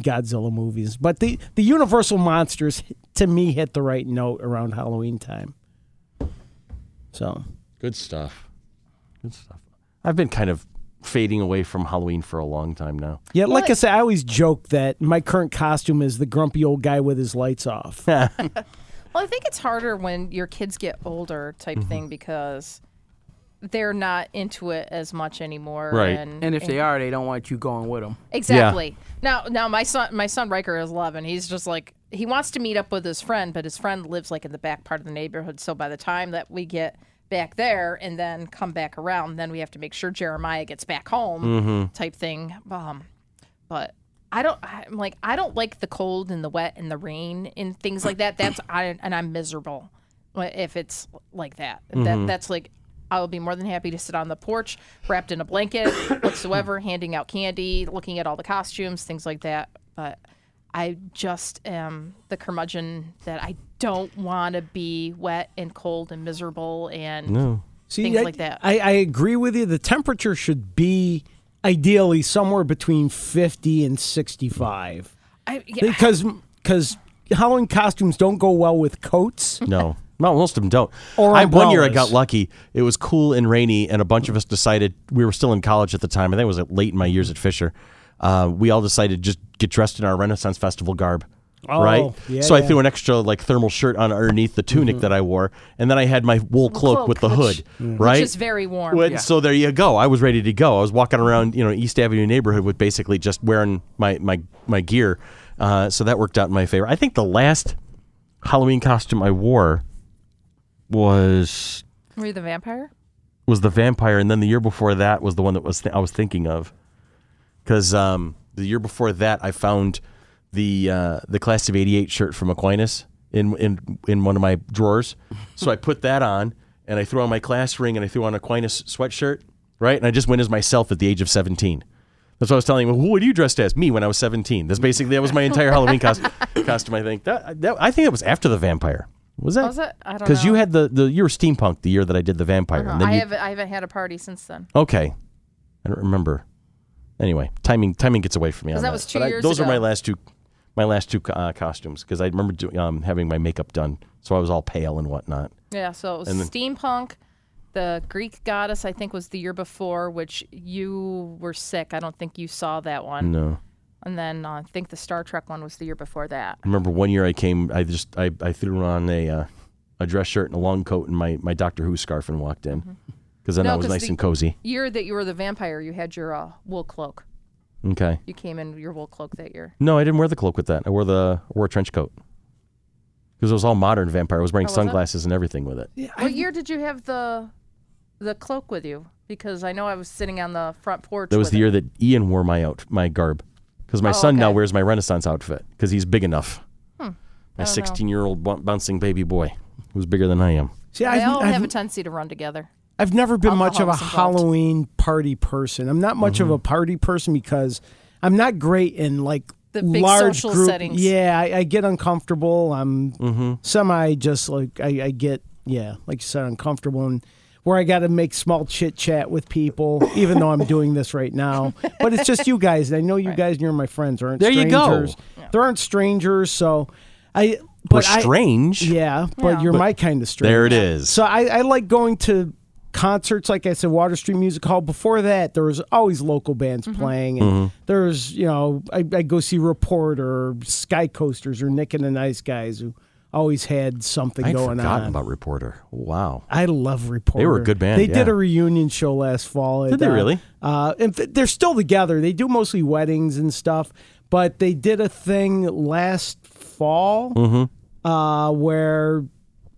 Godzilla movies. But the the Universal monsters to me hit the right note around Halloween time. So Good stuff. Good stuff. I've been kind of fading away from Halloween for a long time now. yeah, like Well, I say, I always joke that my current costume is the grumpy old guy with his lights off. well, I think it's harder when your kids get older, type Mm-hmm. thing, because they're not into it as much anymore. Right. And, And if they are, they don't want you going with them. Exactly. Now, now my son, my son Riker is eleven. He's just like he wants to meet up with his friend, but his friend lives like in the back part of the neighborhood. So by the time that we get back there and then come back around, then we have to make sure Jeremiah gets back home, type thing. Um, but I don't. I'm like I don't like the cold and the wet and the rain and things like that. That's I and I'm miserable if it's like that. Mm-hmm. That that's like I will be more than happy to sit on the porch wrapped in a blanket whatsoever, handing out candy, looking at all the costumes, things like that. But I just am the curmudgeon that I don't want to be wet and cold and miserable and See, things I, like that. I, I agree with you. The temperature should be ideally somewhere between 50 and 65 I, yeah, because because Halloween costumes don't go well with coats. Mm-hmm. No. No, most of them don't. Or I, one year I umbrellas. got lucky. It was cool and rainy, and a bunch of us decided we were still in college at the time. I think it was uh, late in my years at Fisher. Uh, we all decided just get dressed in our Renaissance Festival garb. Oh, right? yeah, so I yeah. Mm-hmm. threw an extra like thermal shirt on underneath the tunic that I wore, and then I had my wool cloak, cloak, with the which- hood. Mm. Right? which is very warm. Well, So there you go. I was ready to go. I was walking around, you know, East Avenue neighborhood with basically just wearing my my my gear. Uh, so that worked out in my favor. I think the last Halloween costume I wore was Were you the vampire? was the vampire, and then the year before that was the one that was I was thinking of, because um, the year before that I found the uh, the class of '88 shirt from Aquinas in in in one of my drawers, so I put that on and I threw on my class ring and I threw on Aquinas sweatshirt, right? And I just went as myself at the age of 17. That's what I was telling him. What are you dressed as? Me when I was 17. That's basically that was my entire Halloween costume. costume I think that, that I think it was after the vampire. Was that? Was it? I don't Because you know. Uh-huh. had the, the you were steampunk the year that I did the vampire, and then I you haven't I haven't had a party since then. Okay, I don't remember. Anyway, timing timing gets away from me. On that was two But I- years Those are my ago. last two, my last two uh, costumes because I remember doing, um, having my makeup done, so I was all pale and whatnot. Yeah, so it was steampunk. The Greek goddess, I think, was the year before, which you were sick. I don't think you saw that one. No, And then uh, I think the Star Trek one was the year before that. I remember one year I came, I just I, I threw on a uh, a dress shirt and a long coat and my, my Doctor Who scarf and walked in because then Mm-hmm. No, I was 'cause nice the- and cozy. Year that you were the vampire, you had your uh, wool cloak. Okay. You came in with your wool cloak that year. No, I didn't wear the cloak with that. I wore the I wore a trench coat because it was all modern vampire. I was wearing Oh, was it? sunglasses and everything with it. what year did you have the the cloak with you? Because I know I was sitting on the front porch. That was with the it. Oh, year that Ian wore my out my garb because my son now okay. Hmm. wears my Renaissance outfit because he's big enough. My 16 year old bouncing baby boy who's bigger than I am. See, They I've, all have I've, a tendency to run together. I've never been much of a Alcohol's involved. Halloween party person. I'm not much of Mm-hmm. a party person because I'm not great in like The big large social group. settings. Yeah, I, I get uncomfortable. I'm Mm-hmm. semi just like I, I get yeah, like you said, uncomfortable and where I got to make small chit chat with people, even though I'm doing this right now. But it's just you guys. and I know you guys. and You're my friends. Aren't There you go. strangers. There aren't strangers. So I. But We're I- strange. yeah, but you're my kind of strange. There it is. So I, I like going to concerts, like I said, Water Street Music Hall. Before that, there was always local bands playing, and there's you know I I go see Report or Sky Coasters or Nick and the Nice Guys who always had something I'd going forgotten on. about Reporter. Wow. I love Reporter. They were a good band, They did yeah. a reunion show last fall. Did they really? Uh, and th- they're still together. They do mostly weddings and stuff, but they did a thing last fall Mm-hmm. uh, where,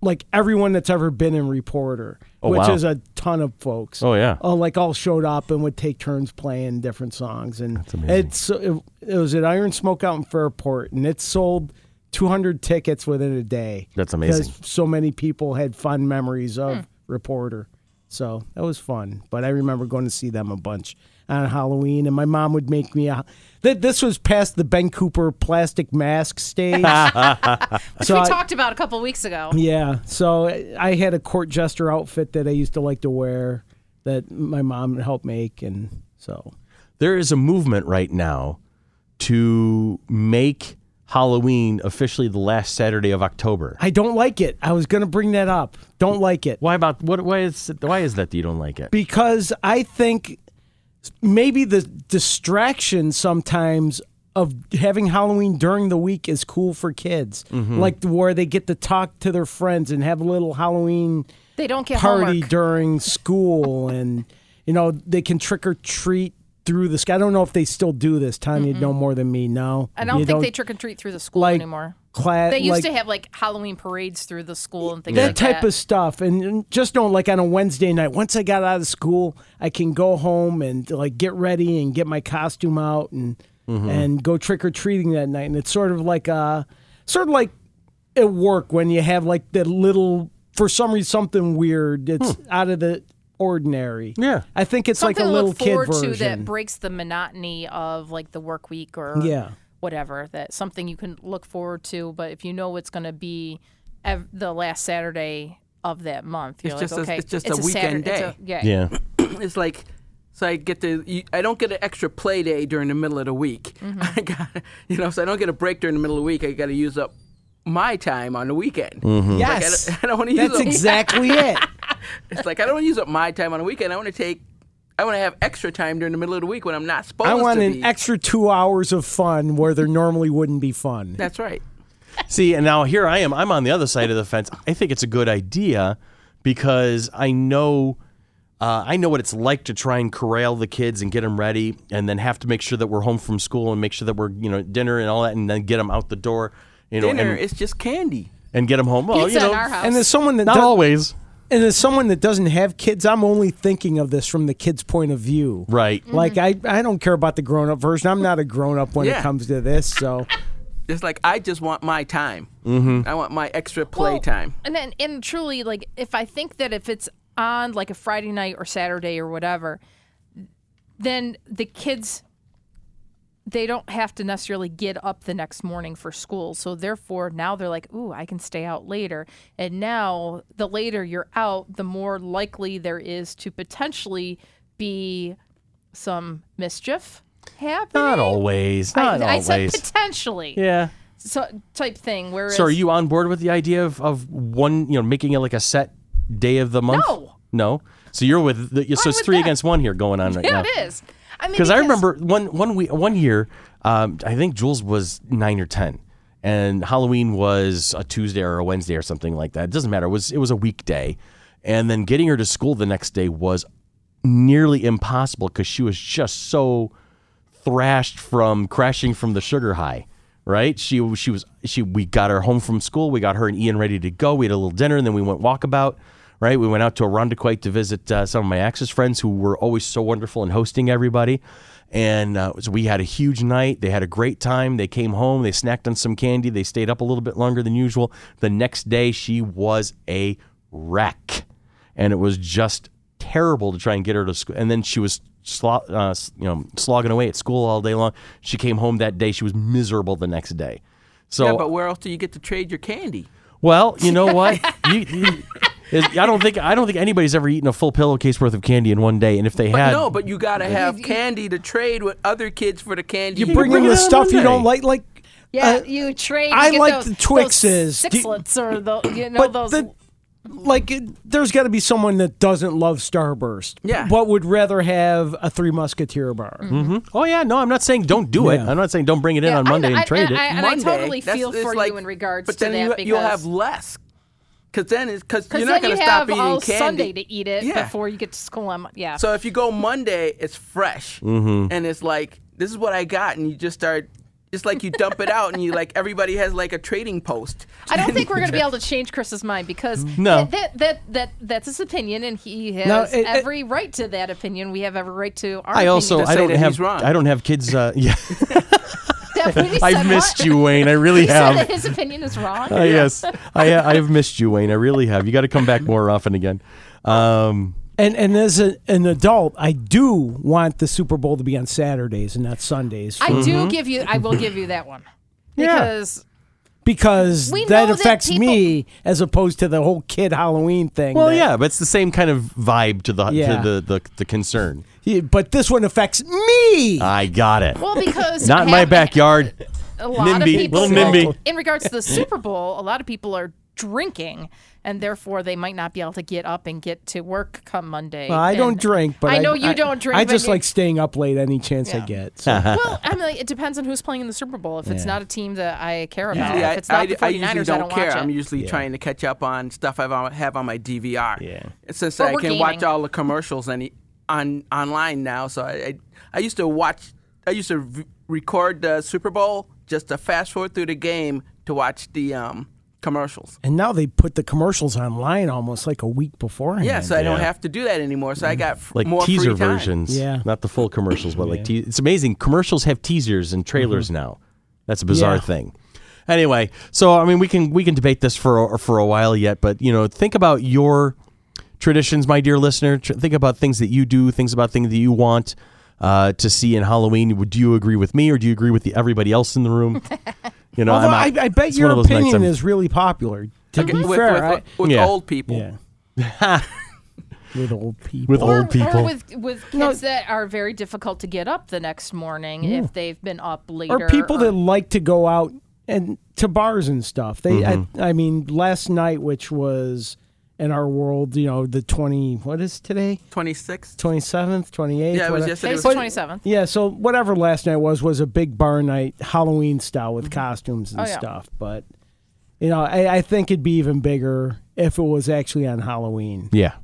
like, everyone that's ever been in Reporter, which Oh, wow. is a ton of folks. Oh, yeah. uh, like all showed up and would take turns playing different songs. And amazing. it's it, it was at Iron Smoke out in Fairport, and it sold 200 tickets within a day. That's amazing. 'Cause So many people had fond memories of Reporter, so that was fun. But I remember going to see them a bunch on Halloween, and my mom would make me a. Th- this was past the Ben Cooper plastic mask stage. Which So we I- talked about a couple weeks ago. yeah. So I had a court jester outfit that I used to like to wear that my mom helped make. And so There is a movement right now to make Halloween officially the last Saturday of October. I don't like it. I was going to bring that up. Don't like it. Why about what? Why is why is that that you don't like it? Because I think maybe the distraction sometimes of having Halloween during the week is cool for kids. Like where they get to talk to their friends and have a little Halloween They don't get party homework. during school and you know they can trick or treat through the sky. I don't know if they still do this. Tanya would know more than me. No, I don't You think they trick and treat through the school like anymore. cla- They used like to have like Halloween parades through the school and things that like type that. of stuff, and- and just know like on a Wednesday night. Once I got out of school, I can go home and like get ready and get my costume out and Mm-hmm. and go trick or treating that night. And it's sort of like uh sort of like at work when you have like the little for some reason something weird. It's out of the ordinary. Hmm. Yeah. I think it's Something like a little to look kid forward version. to that breaks the monotony of like the work week or Yeah. whatever. That something you can look forward to, but if you know it's going to be ev- the last Saturday of that month, you're It's like, just a- okay, it's just a Saturday, weekend it's day. a- yeah, Yeah, it's like so I get to you- I don't get an extra play day during the middle of the week. I got you know so I don't get a break during the middle of the week. I got to use up my time on the weekend. Mm-hmm. Yes, I don't wanna use That's them. exactly it. It's like I don't want to use up my time on the weekend. I want to take I want to have extra time during the middle of the week when I'm not supposed I want to an be. extra two hours of fun where there normally wouldn't be fun. That's right. See, and now here I am. I'm on the other side of the fence. I think it's a good idea because I know, uh, I know what it's like to try and corral the kids and get them ready, and then have to make sure that we're home from school and make sure that we're you know dinner and all that, and then get them out the door, you know, Dinner and, it's just candy. and get them home. Well, Pizza you know, in our house. And as someone that not does- always. and as someone that doesn't have kids, I'm only thinking of this from the kid's point of view. Right. Mm-hmm. Like I, I don't care about the grown up version. I'm not a grown up when it Yeah. comes to this. So It's like I just want my time. Mm-hmm. I want my extra play Well, time. And then, and truly, like if I think that if it's on like a Friday night or Saturday or whatever, then the kids they don't have to necessarily get up the next morning for school. So therefore, now they're like, "Ooh, I can stay out later." And now, the later you're out, the more likely there is to potentially be some mischief happening. Not always. Not I, I always. said potentially, yeah. so, type thing. Where So, are you on board with the idea of, of one, you know, making it like a set day of the month? No. No. So you're with the, so I'm it's with three that. against one here going on right now. Yeah, it is. I mean, because I remember one one week one year, um, I think Jules was nine or ten, and Halloween was a Tuesday or a Wednesday or something like that. It doesn't matter. It was it was a weekday, and then getting her to school the next day was nearly impossible because she was just so thrashed from crashing from the sugar high. Right? She she was she. We got her home from school. We got her and Ian ready to go. We had a little dinner, and then we went walkabout. Right? We went out to Arundequite to visit uh, some of my Axis friends who were always so wonderful in hosting everybody. And uh, so we had a huge night. They had a great time. They came home. They snacked on some candy. They stayed up a little bit longer than usual. The next day, she was a wreck and it was just terrible to try and get her to school. And then she was slo- uh, s- you know slogging away at school all day long. She came home that day. She was miserable the next day. So yeah, but where else do you get to trade your candy? well, you know what? you, you- I don't think I don't think anybody's ever eaten a full pillowcase worth of candy in one day. And if they But had, no, but you gotta have candy to trade with other kids for the candy. you You bring bring in it the on stuff you Monday. don't like, like Yeah, uh, you trade. I you get like those, the those Twixes. Do- sixlets, or the you know but those. the like it, there's got to be someone that doesn't love Starburst. Yeah. But would rather have a Three Musketeer bar. Mm-hmm. Oh yeah, no, I'm not saying don't do it. Yeah. I'm not saying don't bring it in Yeah, on I- Monday I- and trade I- it. And I Monday, totally that's- feel it's for you in regards but to then that you, you'll because- have less. Because then, it's because Because you're not then going you to stop have eating all candy. Sunday to eat it Yeah. before you get to school. on Mon- yeah. So if you go Monday, it's fresh, and it's like this is what I got, and you just start. It's like you dump it out, and you like everybody has like a trading post. I don't think we're going to be able to change Chris's mind because No. that, that, that, that that's his opinion, and he has No, it- it- every right to that opinion. We have every right to our. I also to I say don't that he's have wrong. I don't have kids. Uh, yeah, opinion. That- I've said missed what? you, Wayne. I really He said have. that his opinion is wrong. Uh, Yes, I I have missed you, Wayne. I really have. You got to come back more often again. Um, And and as a, an adult, I do want the Super Bowl to be on Saturdays and not Sundays I do give you. I will give you that one. Because because We that know that affects people- me as opposed to the whole kid Halloween thing. well, that- yeah, but it's the same kind of vibe to the Yeah. to the, the the concern. yeah, But this one affects me. I got it. well, because Not in my half- backyard. A lot of NIMBY, people, little NIMBY. in regards to the Super Bowl, a lot of people are drinking, and therefore they might not be able to get up and get to work come Monday. I don't And- drink, but I know you don't drink. I but just you- like staying up late any chance I get. so. Well, I mean, like, it depends on who's playing in the Super Bowl. If it's not a team that I care about, Yeah, if it's not I, the 49ers, I usually don't, watch care. it. I'm usually trying to catch up on stuff I have have on my DVR. Yeah. Since Or I we're can watch gaming. all the commercials any, on online now, so I, I I used to watch. I used to v- record the Super Bowl just to fast forward through the game to watch the um, commercials. and now they put the commercials online almost like a week beforehand. Yeah, so I don't yeah. have to do that anymore. So I got f- like more teaser free time. versions. Yeah. Not the full commercials, but like te- it's amazing. Commercials have teasers and trailers now. That's a bizarre Mm-hmm. Yeah. thing. Anyway, so I mean, we can we can debate this for a, for a while yet, but you know, think about your traditions, my dear listener. Tr- think about things that you do, things about things that you want uh, to see in Halloween. Would- Do you agree with me, or do you agree with the, everybody else in the room? You know, Although I, I'm out. I bet It's your one of those nights opinion I'm- is really popular. To Okay, be with, fair, with, I- with Yeah. old people. yeah, with old people. with or, old people. or with with kids that are very difficult to get up the next morning if they've been up later. or people or- that like to go out and to bars and stuff. They, I, I mean, last night, which was in our world, you know, the twenty. What is today? 26. Twenty seventh, twenty eighth. Yeah, it was yesterday. Today's the twenty seventh. Yeah, so whatever last night was was a big bar night, Halloween style with costumes and Oh, yeah. stuff. But you know, I, I think it'd be even bigger if it was actually on Halloween. yeah.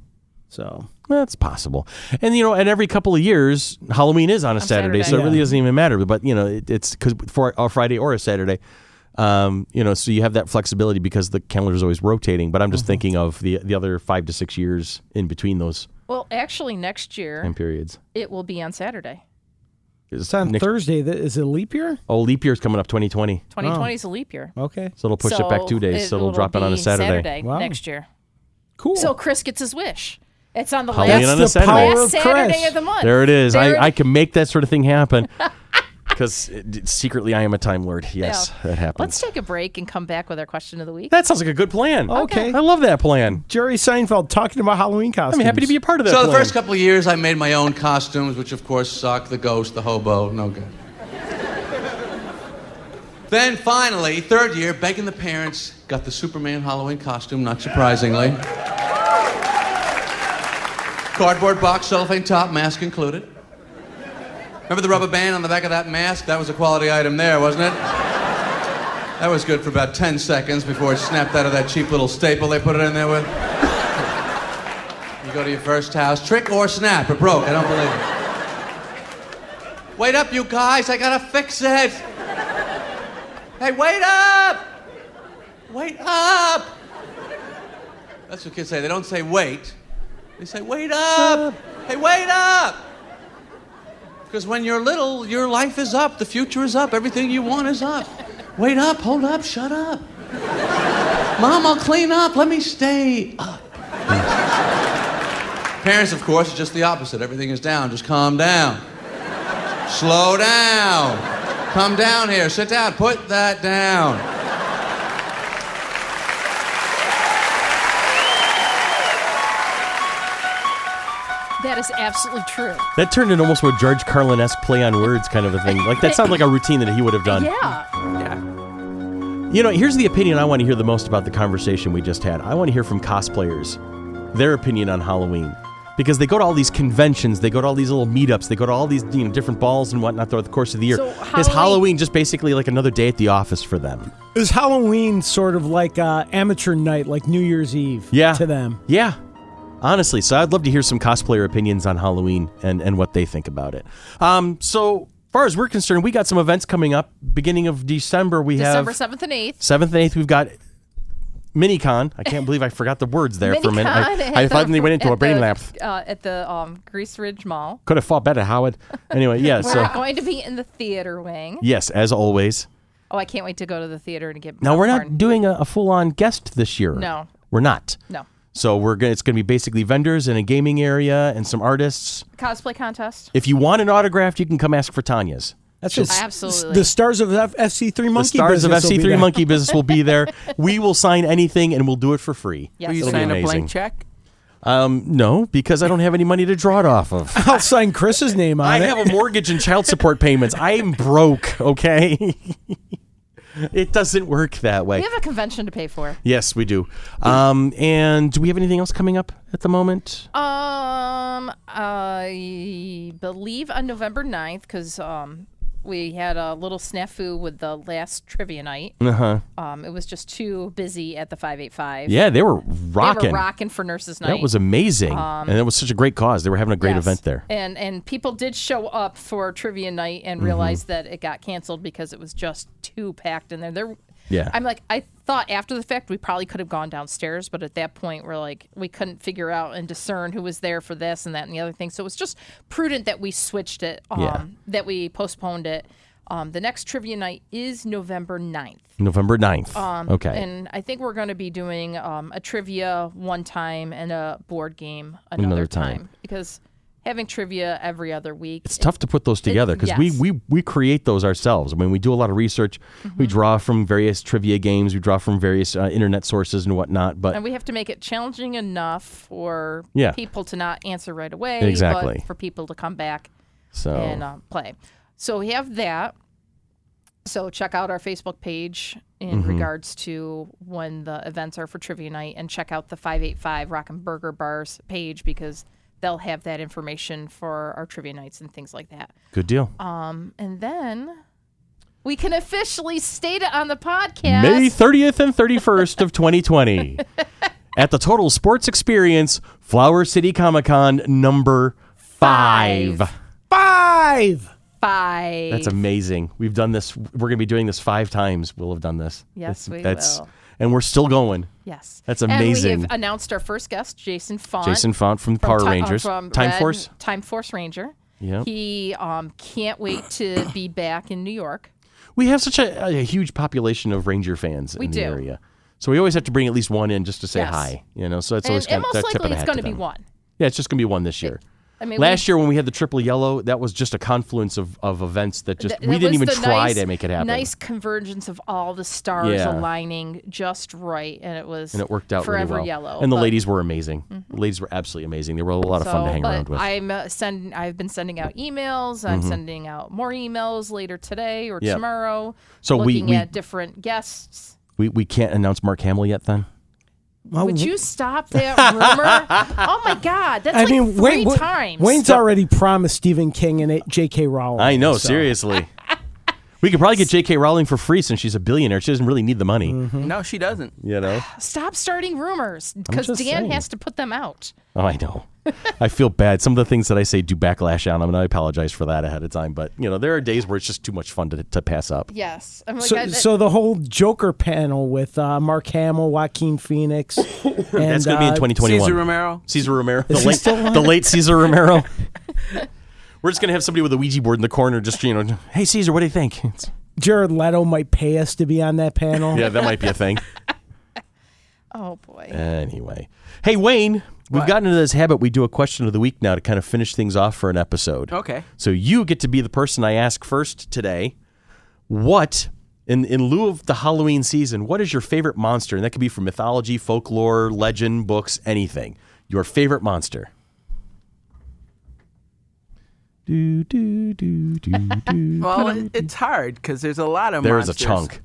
So That's possible. And you know, and every couple of years, Halloween is on a Saturday, Saturday. so it really Yeah. doesn't even matter. But you know, it, it's because for a Friday or a Saturday, um, you know, so you have that flexibility because the calendar is always rotating. But I'm just thinking of the the other five to six years in between those Well, actually, next year time periods. it will be on Saturday. Oh. it's on Next- Thursday. Th- Is it leap year? Oh, leap year's coming up, 2020, Twenty twenty is a leap year. Okay, so it'll push it back two days. so it'll drop it on a be Wow. next year. cool. So Chris gets his wish. It's on the Halloween last, on a That's the Saturday. power last of Saturday Chris. of the month. There it is. There I, I can make that sort of thing happen because secretly I am a time lord. Yes, that happens. Let's take a break and come back with our question of the week. that sounds like a good plan. Okay. I love that plan. Jerry Seinfeld talking about Halloween I'm costumes. happy to be a part of that. So the plan. first couple of years, I made my own costumes, which of course suck. The ghost, the hobo, no good. then finally, third year, begging the parents, got the Superman Halloween costume. Not surprisingly, cardboard box, cellophane top, mask included. Remember the rubber band on the back of that mask? That was a quality item there, wasn't it? That was good for about 10 seconds before it snapped out of that cheap little staple they put it in there with. You go to your first house, trick or snap, it broke. I don't believe it. Wait up, you guys, I gotta fix it. Hey, wait up! Wait up! That's what kids say. They don't say wait, they say wait up! Hey, wait up! Because when you're little, your life is up, the future is up, everything you want is up. Wait up, hold up, shut up. Mom, I'll clean up, let me stay up. Parents, of course, are just the opposite. Everything is down. Just calm down. Slow down. Come down here. Sit down. Put that down. That is absolutely true. That turned into almost a George Carlin esque play on words kind of a thing. Like that sounds like a routine that he would Um, have done. Yeah. Yeah. You know, here's the opinion I want to hear the most about the conversation we just had. I want to hear from cosplayers, their opinion on Halloween. Because they go to all these conventions, they go to all these little meetups, they go to all these you know, different balls and whatnot throughout the course of the year. So Is Halloween- Halloween just basically like another day at the office for them? Is Halloween sort of like uh, amateur night, like New Year's Eve Yeah. to them? Yeah. Honestly, so I'd love to hear some cosplayer opinions on Halloween and, and what they think about it. Um, so far as we're concerned, we got some events coming up. Beginning of December, we December have seventh and eighth. 7th and 8th, we've got MiniCon. I can't believe I forgot the words there for a minute. Minicon I, I at finally the- went into at a brain the, lapse. uh, at the um, Grease Ridge Mall. Could have fought better, Howard. Anyway, yeah, We're so going to be in the theater wing. yes, as always. Oh, I can't wait to go to the theater and get. Now, we're not popcorn. doing a, a full on guest this year. No. We're not. no So we're gonna, it's going to be basically vendors in a gaming area and some artists. cosplay contest. If you want an autograph, you can come ask for Tanya's. That's just Oh, Absolutely. the stars of F- FC3 The Monkey. stars of Business will be FC3 there. Monkey Business will be there. We will sign anything and we'll do it for free. Yes. Will you It'll be sign a amazing. blank check? Um, no, because I don't have any money to draw it off of. I'll sign Chris's name on I it. have a mortgage and child support payments. I am broke, okay? it doesn't work that way. We have a convention to pay for. yes, we do. Um, and do we have anything else coming up at the moment? Um, I believe on November 9th, because um, we had a little snafu with the last trivia night. Uh huh. Um, it was just too busy at the 585. Yeah, they were They rocking. were rocking for Nurses Night. that was amazing, and it was such a great cause. They were having a great Yes. event there. Mm-hmm. And and people did show up for trivia night and realized that it got canceled because it was just too packed in there. There Yeah. I'm like I thought after the fact we probably could have gone downstairs, but at that point we're like we couldn't figure out and discern who was there for this and that and the other thing. So it was just prudent that we switched it um Yeah. that we postponed it. Um, the next trivia night is November 9th. November 9th. okay. And I think we're going to be doing um, a trivia one time and a board game another, Another time. time. because having trivia every other week. it's tough to put those together because yes. we, we we create those ourselves. I mean, we do a lot of research. Mm-hmm. We draw from various trivia games. We draw from various uh, internet sources and whatnot. But and we have to make it challenging enough for Yeah. people to not answer right away, Exactly. but for people to come back so and uh, play. So we have that. So check out our Facebook page in Mm-hmm. regards to when the events are for trivia night, and check out the 585 Rock and Burger Bars page because they'll have that information for our trivia nights and things like that. good deal. Um, and then we can officially state it on the podcast. May 30th and 31st of 2020 at the Total Sports Experience, Flower City Comic Con number five. Five. Five. Bye. That's amazing. We've done this. We're going to be doing this five times. We'll have done this. Yes, we will. And we're still going. yes. that's And amazing. we have announced our first guest, Jason Font. Jason Font from, Power Ti- uh, Rangers, from Time Red- Force. Time Force Ranger. Yep. He um, can't wait to be back in New York. We have such a, a huge population of Ranger fans in the do. area. So we always have to bring at least one in just to say Yes. hi. You know, so it's And, always kind and of most that tip of likely the it's hat going to to be them. one. Yeah, it's just going to be one this year. I mean, Last we, year when we had the triple yellow, that was just a confluence of, of events that just th- we that didn't was even the try nice- to make it happen. Nice convergence of all the stars Yeah. aligning just right, and it was and it worked out forever really well. yellow. and the but- Mm-hmm. ladies were amazing. The ladies were absolutely amazing. They were a lot of fun to So, hang but around with. Mm-hmm. I'm uh, send. I've been sending out emails. I'm sending out more emails later today or Yeah. tomorrow. So we- looking we- at different guests. we we can't announce Mark Hamill yet then. Well, Would you stop that rumor? oh my God, that's I like mean, three Wayne, Wa- times. Wayne's already promised Stephen King and it, J.K. Rowling. I know, so- seriously. we could probably get J.K. Rowling for free since she's a billionaire. She doesn't really need the money. Mm-hmm. Mm-hmm. No, she doesn't. You know. stop starting rumors because Dan just saying. has to put them out. Oh, I know. I feel bad. Some of the things that I say do backlash on them, and I apologize for that ahead of time. But you know, there are days where it's just too much fun to, to pass up. Yes, Oh, I'm like, So, I- so the whole Joker panel with uh, Mark Hamill, Joaquin Phoenix, and That's going to be in uh, 2021. Cesar Romero. Cesar Romero. Is The he late, still on? the late Cesar Romero. We're just going to have somebody with a Ouija board in the corner, just you know, hey Caesar, what do you think? It's- uh, Jared Leto might pay us to be on that panel. yeah, that might be a thing. oh boy. Anyway, hey Wayne, we've gotten into this habit. We do a question of the week now to kind of finish things off for an episode. Okay. So you get to be the person I ask first today. What, in in lieu of the Halloween season, what is your favorite monster? And that could be from mythology, folklore, legend, books, anything. Your favorite monster. Do, do, do, do, do. Well, it- it's hard because there's a lot of There is a monsters. chunk.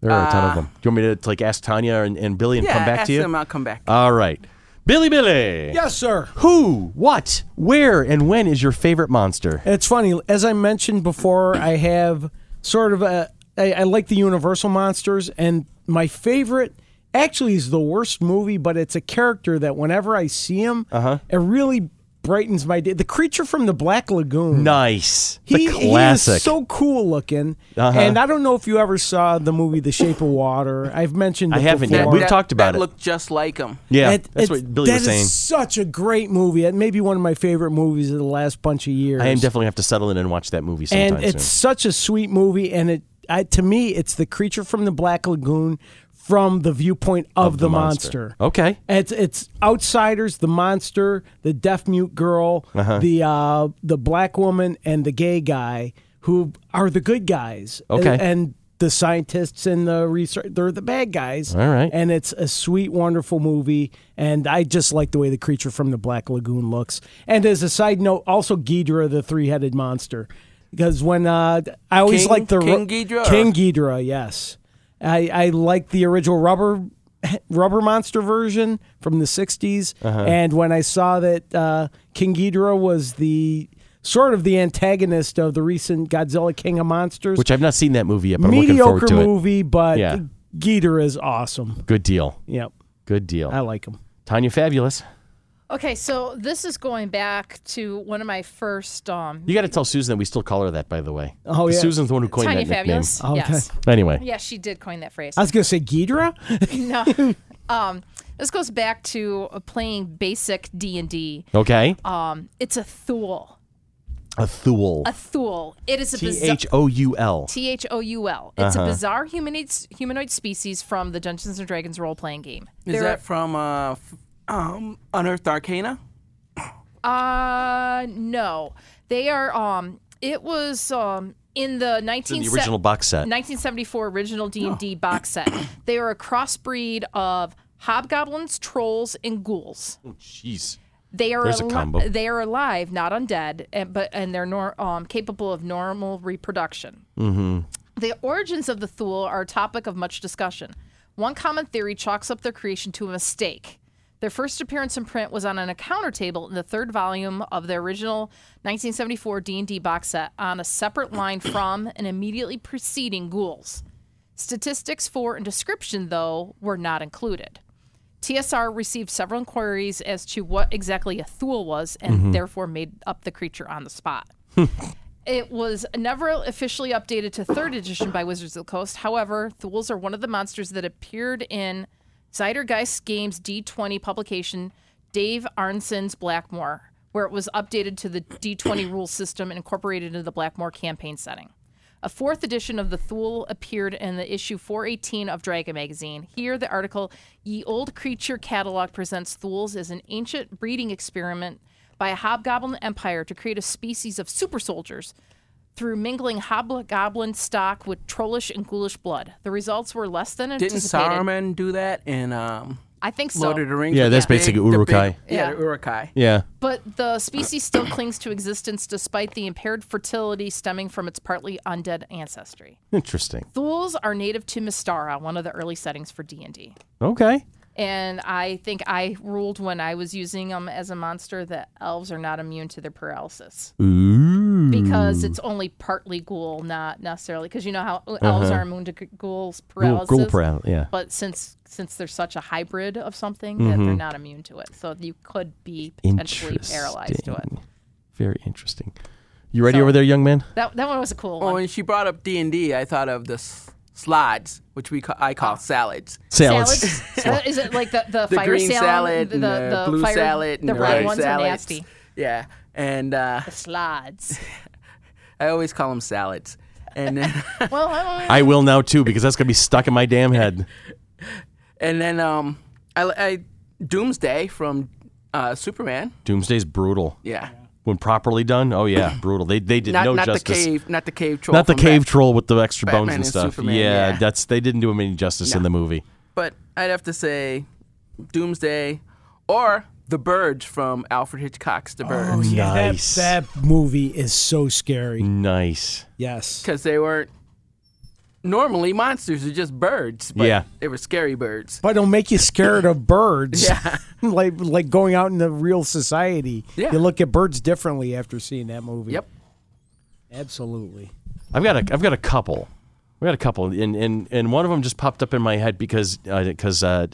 There are a Uh, Uh, ton of them. Do you want me to like ask Tanya and, and Billy and Yeah, come back ask to you? them, I'll come back. All right, Billy, Billy. Yes, sir. Who, what, where, and when is your favorite monster? It's funny, as I mentioned before, I have sort of a. I, I like the Universal monsters, and my favorite actually is the worst movie, but it's a character that whenever I see him, uh-huh. it really brightens my day. The creature from the Black Lagoon. Nice, He, the he classic. Uh-huh. is so cool looking, and I don't know if you ever saw the movie The Shape of Water. I've mentioned. I it haven't yet. before. We've talked about that it. looked just like him. yeah, It- that's it's- what Billy was that saying. is such a great movie. It may be one of my favorite movies of the last bunch of years. I am definitely have to settle in and watch that movie sometime and it's soon. such a sweet movie and it I, to me it's the creature from the black lagoon from the viewpoint of, the, monster, Okay. It's it's outsiders, the monster, the deaf mute girl, Uh-huh. the uh, the black woman, and the gay guy who are the good guys. Okay. and, and the scientists and the research they're the bad guys. All right. and it's a sweet, wonderful movie, and I just like the way the creature from the Black Lagoon looks. And as a side note, also Ghidra, the three headed monster, because when uh, I always King- like the King Ghidra? King Ghidra, yes. I, I like the original rubber rubber monster version from the 60s Uh-huh. and when i saw that uh, king Ghidorah was the sort of the antagonist of the recent godzilla king of monsters Which I've not seen that movie yet, but I'm mediocre looking forward to movie but Yeah. Ghidorah is awesome it. Good deal. yep Good deal. i like him Tanya Fabulous. Okay, so this is going back to one of my first um, You got to tell Susan that we still call her that, by the way. Oh, yeah. Susan's the one who coined Tiny that nickname. Fabulous. Okay. Yes. Anyway. Yeah, she did coin that phrase. I was gonna say Ghidra. no. Um, this goes back to uh, playing basic D&D. Okay. Um, it's a thule. a Thule. A thule. It is a T bizarre H O U L. T H O U L. It's a bizarre humanoid humanoid species from the Dungeons and Dragons role playing game. Is There that from uh, f- um, Unearthed Arcana? Uh no. They are um it was um in the Oh. 19 In the original box set. 1974 original D&D box set. They are a crossbreed of hobgoblins, trolls, and ghouls. Oh, Jeez. They are There's a ali- combo. they are alive, not undead, and, but and they're nor- um, capable of normal reproduction. Mm-hmm. The origins of the Thule are a topic of much discussion. One common theory chalks up their creation to a mistake. Their first appearance in print was on an encounter table in the third volume of the original 1974 D&D box set on a separate line from and immediately preceding ghouls. Statistics for and description, though, were not included. TSR received several inquiries as to what exactly a Thule was and therefore made up the creature on the spot. It was never officially updated to third edition by Wizards of the Coast. However, Thules are one of the monsters that appeared in Zeidergeist Games D20 publication, Dave Arnson's Blackmore, where it was updated to the D20 rule system and incorporated into the Blackmore campaign setting. A fourth edition of the Thule appeared in the issue 418 of Dragon magazine. Here, the article Ye Old Creature Catalog presents Thules as an ancient breeding experiment by a hobgoblin empire to create a species of super soldiers through mingling hobgoblin stock with trollish and ghoulish blood. The results were less than Didn't anticipated. Saruman do that in um, I think so. Lord of the Rings? Yeah, with that's the big- basically the big- Uruk-hai. Yeah, Yeah. the Urukai. Yeah. But the species still clings to existence despite the impaired fertility stemming from its partly undead ancestry. Interesting. Thules are native to Mistara, one of the early settings for D&D. Okay. And I think I ruled when I was using them as a monster that elves are not immune to their paralysis. Ooh. because it's only partly ghoul, not necessarily because you know how uh, elves are immune to g- ghouls Uh-huh. Ghoul, paralysis. ghoul paral- Yeah. But since since they're such a hybrid of something, that they're not immune to it, so you could be potentially paralyzed to it. Mm-hmm. Interesting. Very interesting. You ready over there, young man? That that one was a cool Oh, one. and she brought up D and D. I thought of the s- slods, which we ca- I call salads. Salads. Salads? is it like the the, The fire green salad, salad, and the, blue fire- salad, and the the red red ones salads. are nasty. Yeah, and uh, The slides. I always call them salads. And then, Well, I don't know. I will now too because that's gonna be stuck in my damn head. and then um, I, I Doomsday from uh, Superman. Doomsday's brutal. Yeah, When properly done, oh yeah, brutal. They they did not no not justice. the cave, not the cave troll. Not the from cave Bat- troll with the extra bones Batman and and stuff. Superman, yeah, yeah. that's they didn't do him any justice in the movie. but I'd have to say Doomsday, or The Birds from Alfred Hitchcock's Oh, The Birds, Yeah, that- Nice. That, movie is so scary. Nice. Yes. because they weren't normally monsters are just birds. But Yeah. They were scary birds. But it'll make you scared of birds. Yeah. like like going out in the real society. Yeah. You look at birds differently after seeing that movie. Yep. Absolutely. I've got a I've got a couple. We got a couple, and and and one of them just popped up in my head because because uh,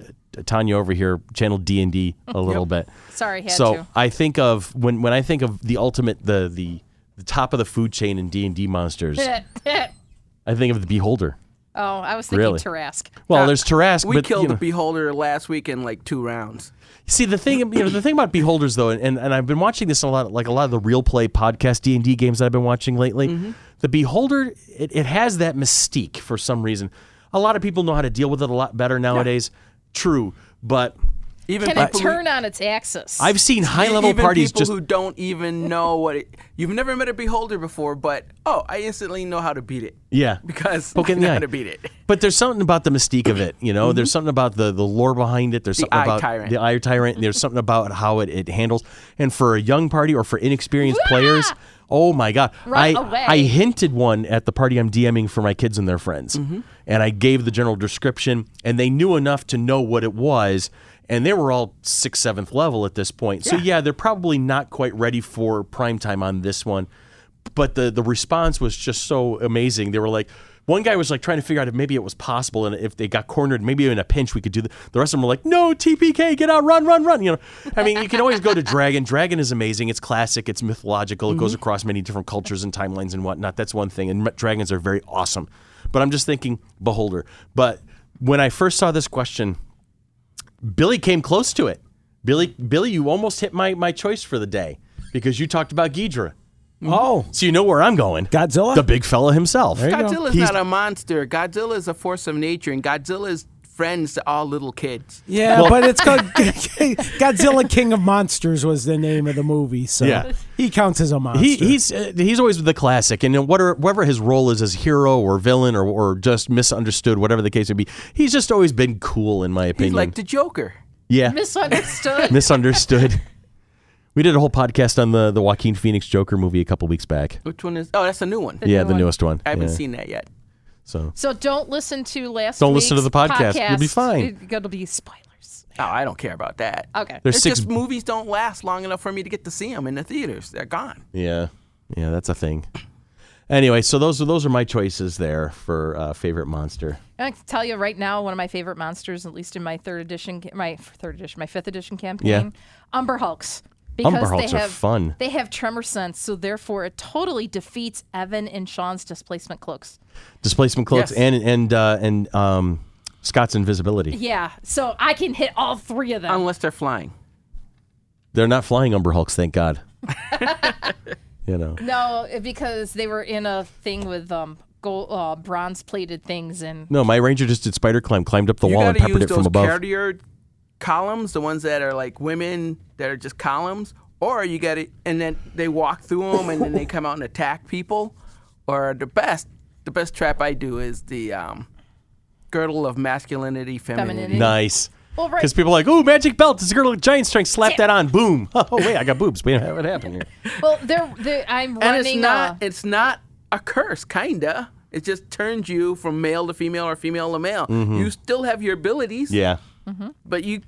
Tanya over here channeled D and D a little bit. Sorry, had so to. I think of when when I think of the ultimate the the, the top of the food chain in D and D monsters. I think of the Beholder. oh, I was thinking Uh, Really? Tarask. Well, there's Tarask, Uh, We but killed you the know, beholder last week in like two rounds. see the thing you know the thing about Beholders though, and and I've been watching this a lot like a lot of the real play podcast D and D games that I've been watching lately. Mm-hmm. The Beholder it, it has that mystique for some reason. A lot of people know how to deal with it a lot better nowadays. True, but Even Can it people who- e-, turn on its axis? I've seen high level even parties people just who don't even know what it, you've never met a beholder before, but oh, I instantly know how to beat it yeah because Poke I in the know eye. how to beat it. But there's something about the mystique of it, you know. There's something about the the lore behind it. There's something eye about tyrant. the eye tyrant. There's something about how it, it handles. And for a young party or for inexperienced players, oh my god! Right I away. I hinted one at the party I'm DMing for my kids and their friends, and I gave the general description, and they knew enough to know what it was. And they were all sixth, seventh level at this point. So yeah, they're probably not quite ready for prime time on this one but the the response was just so amazing. They were like, one guy was like trying to figure out if maybe it was possible, and if they got cornered, maybe in a pinch we could do the. The rest of them were like, no, TPK, get out, run, run, run. You know, I mean, you can always go to Dragon. Dragon is amazing. It's classic. It's mythological. It Mm-hmm. goes across many different cultures and timelines and whatnot. That's one thing, and m- dragons are very awesome. But I'm just thinking, Beholder. But when I first saw this question, Billy came close to it. Billy, Billy, you almost hit my my choice for the day because you talked about Ghidra. Oh. So you know where I'm going. Godzilla? The big fella himself. you go. Godzilla is He's- not a monster. Godzilla is a force of nature, and Godzilla is friends to all little kids. Yeah, Well- but it's called Godzilla King of Monsters was the name of the movie, so Yeah. he counts as a monster. He, he's uh, he's always the classic, and then whatever, whatever his role is as hero or villain or, or just misunderstood, whatever the case may be, he's just always been cool in my He's opinion. like the Joker. yeah, misunderstood. misunderstood. we did a whole podcast on the the Joaquin Phoenix Joker movie a couple weeks back. Which one is? Oh, that's a new one. yeah, new the one. newest one. I haven't Yeah. seen that yet. So so don't listen to last. Don't listen to the week's podcast. You'll be fine. It- It'll be spoilers. Oh, I don't care about that. Okay. there's It's six. just movies don't last long enough for me to get to see them in the theaters. They're gone. yeah, yeah, that's a thing. Anyway, so those are those are my choices there for uh, favorite monster. I can tell you right now, one of my favorite monsters, at least in my third edition, ca- my third edition, my fifth edition campaign, Umber Hulks. Because Umber Hulks they are have, fun. They have tremor sense, so therefore it totally defeats Evan and Sean's displacement cloaks. Displacement cloaks Yes. and and uh, and um, Scott's invisibility. Yeah, so I can hit all three of them. Unless they're flying. They're not flying Umber Hulks, thank God. you know. no, it- because they were in a thing with um gold, uh, bronze plated things, and No, my ranger just did spider climb, climbed up the you wall and gotta peppered use it those from above. carrier columns, the ones that are like women that are just columns, or you got to and then they walk through them and then they come out and attack people. Or the best, the best trap I do is the um, girdle of masculinity, femininity. Femininity. nice. Well, right. Because people are like, oh, magic belt. It's a girl with giant strength. Slap that on. Boom. Oh, wait, I got boobs. Wait, what happened here? well, they're, they I'm And running. uh, it's not, a, it's not a curse, kinda. It just turns you from male to female or female to male. Mm-hmm. You still have your abilities, Yeah. but you.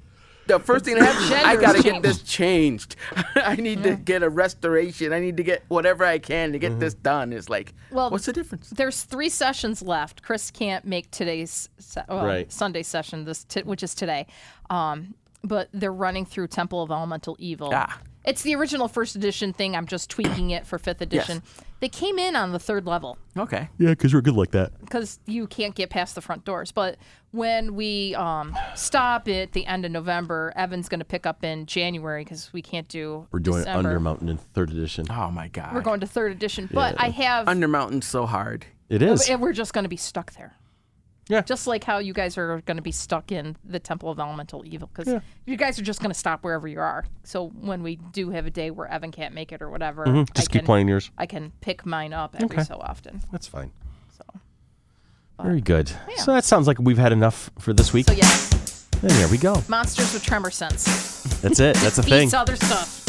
The first thing that happens, I Gender's gotta get changed. this changed. I need to get a restoration. I need to get whatever I can to get this done. It's like, Well, what's the difference? there's three sessions left. Chris can't make today's se- well, Right. Sunday session, this t- which is today. Um, but they're running through Temple of Elemental Evil. Ah. It's the original first edition thing. I'm just tweaking it for fifth edition. They came in on the third level Okay, Yeah, because we're good like that. because you can't get past the front doors. But when we um, stop at the end of November, Evan's going to pick up in January because we can't do. We're doing December. Under Mountain in third edition. oh my god, We're going to third edition, but I have Undermountain's so hard. It is. And we're just going to be stuck there. Yeah. Just like how you guys are going to be stuck in the Temple of Elemental Evil because you guys are just going to stop wherever you are. So when we do have a day where Evan can't make it or whatever, Mm-hmm. Just I keep can, playing yours. I can pick mine up every so often. That's fine. Very good. So that sounds like we've had enough for this week. So yes, And there we go. monsters with tremor sense. That's it. That's a Beats thing. other stuff.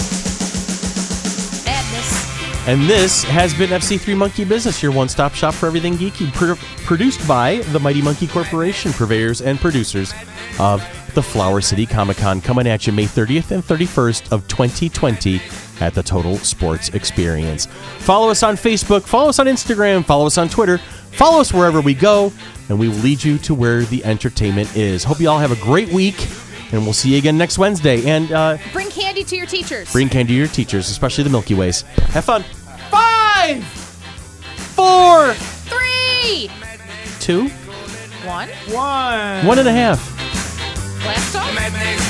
Madness. And this has been FC3 Monkey Business, your one stop shop for everything geeky, pr- produced by the Mighty Monkey Corporation, purveyors and producers of the Flower City Comic Con, coming at you May 30th and 31st of 2020 at the Total Sports Experience. Follow us on Facebook, follow us on Instagram, follow us on Twitter, follow us wherever we go, and we will lead you to where the entertainment is. Hope you all have a great week, and we'll see you again next Wednesday. And uh, Bring candy to your teachers. Bring candy to your teachers, especially the Milky Ways. Have fun. Five, four, three, two, one, one and a half. blast off. Madness.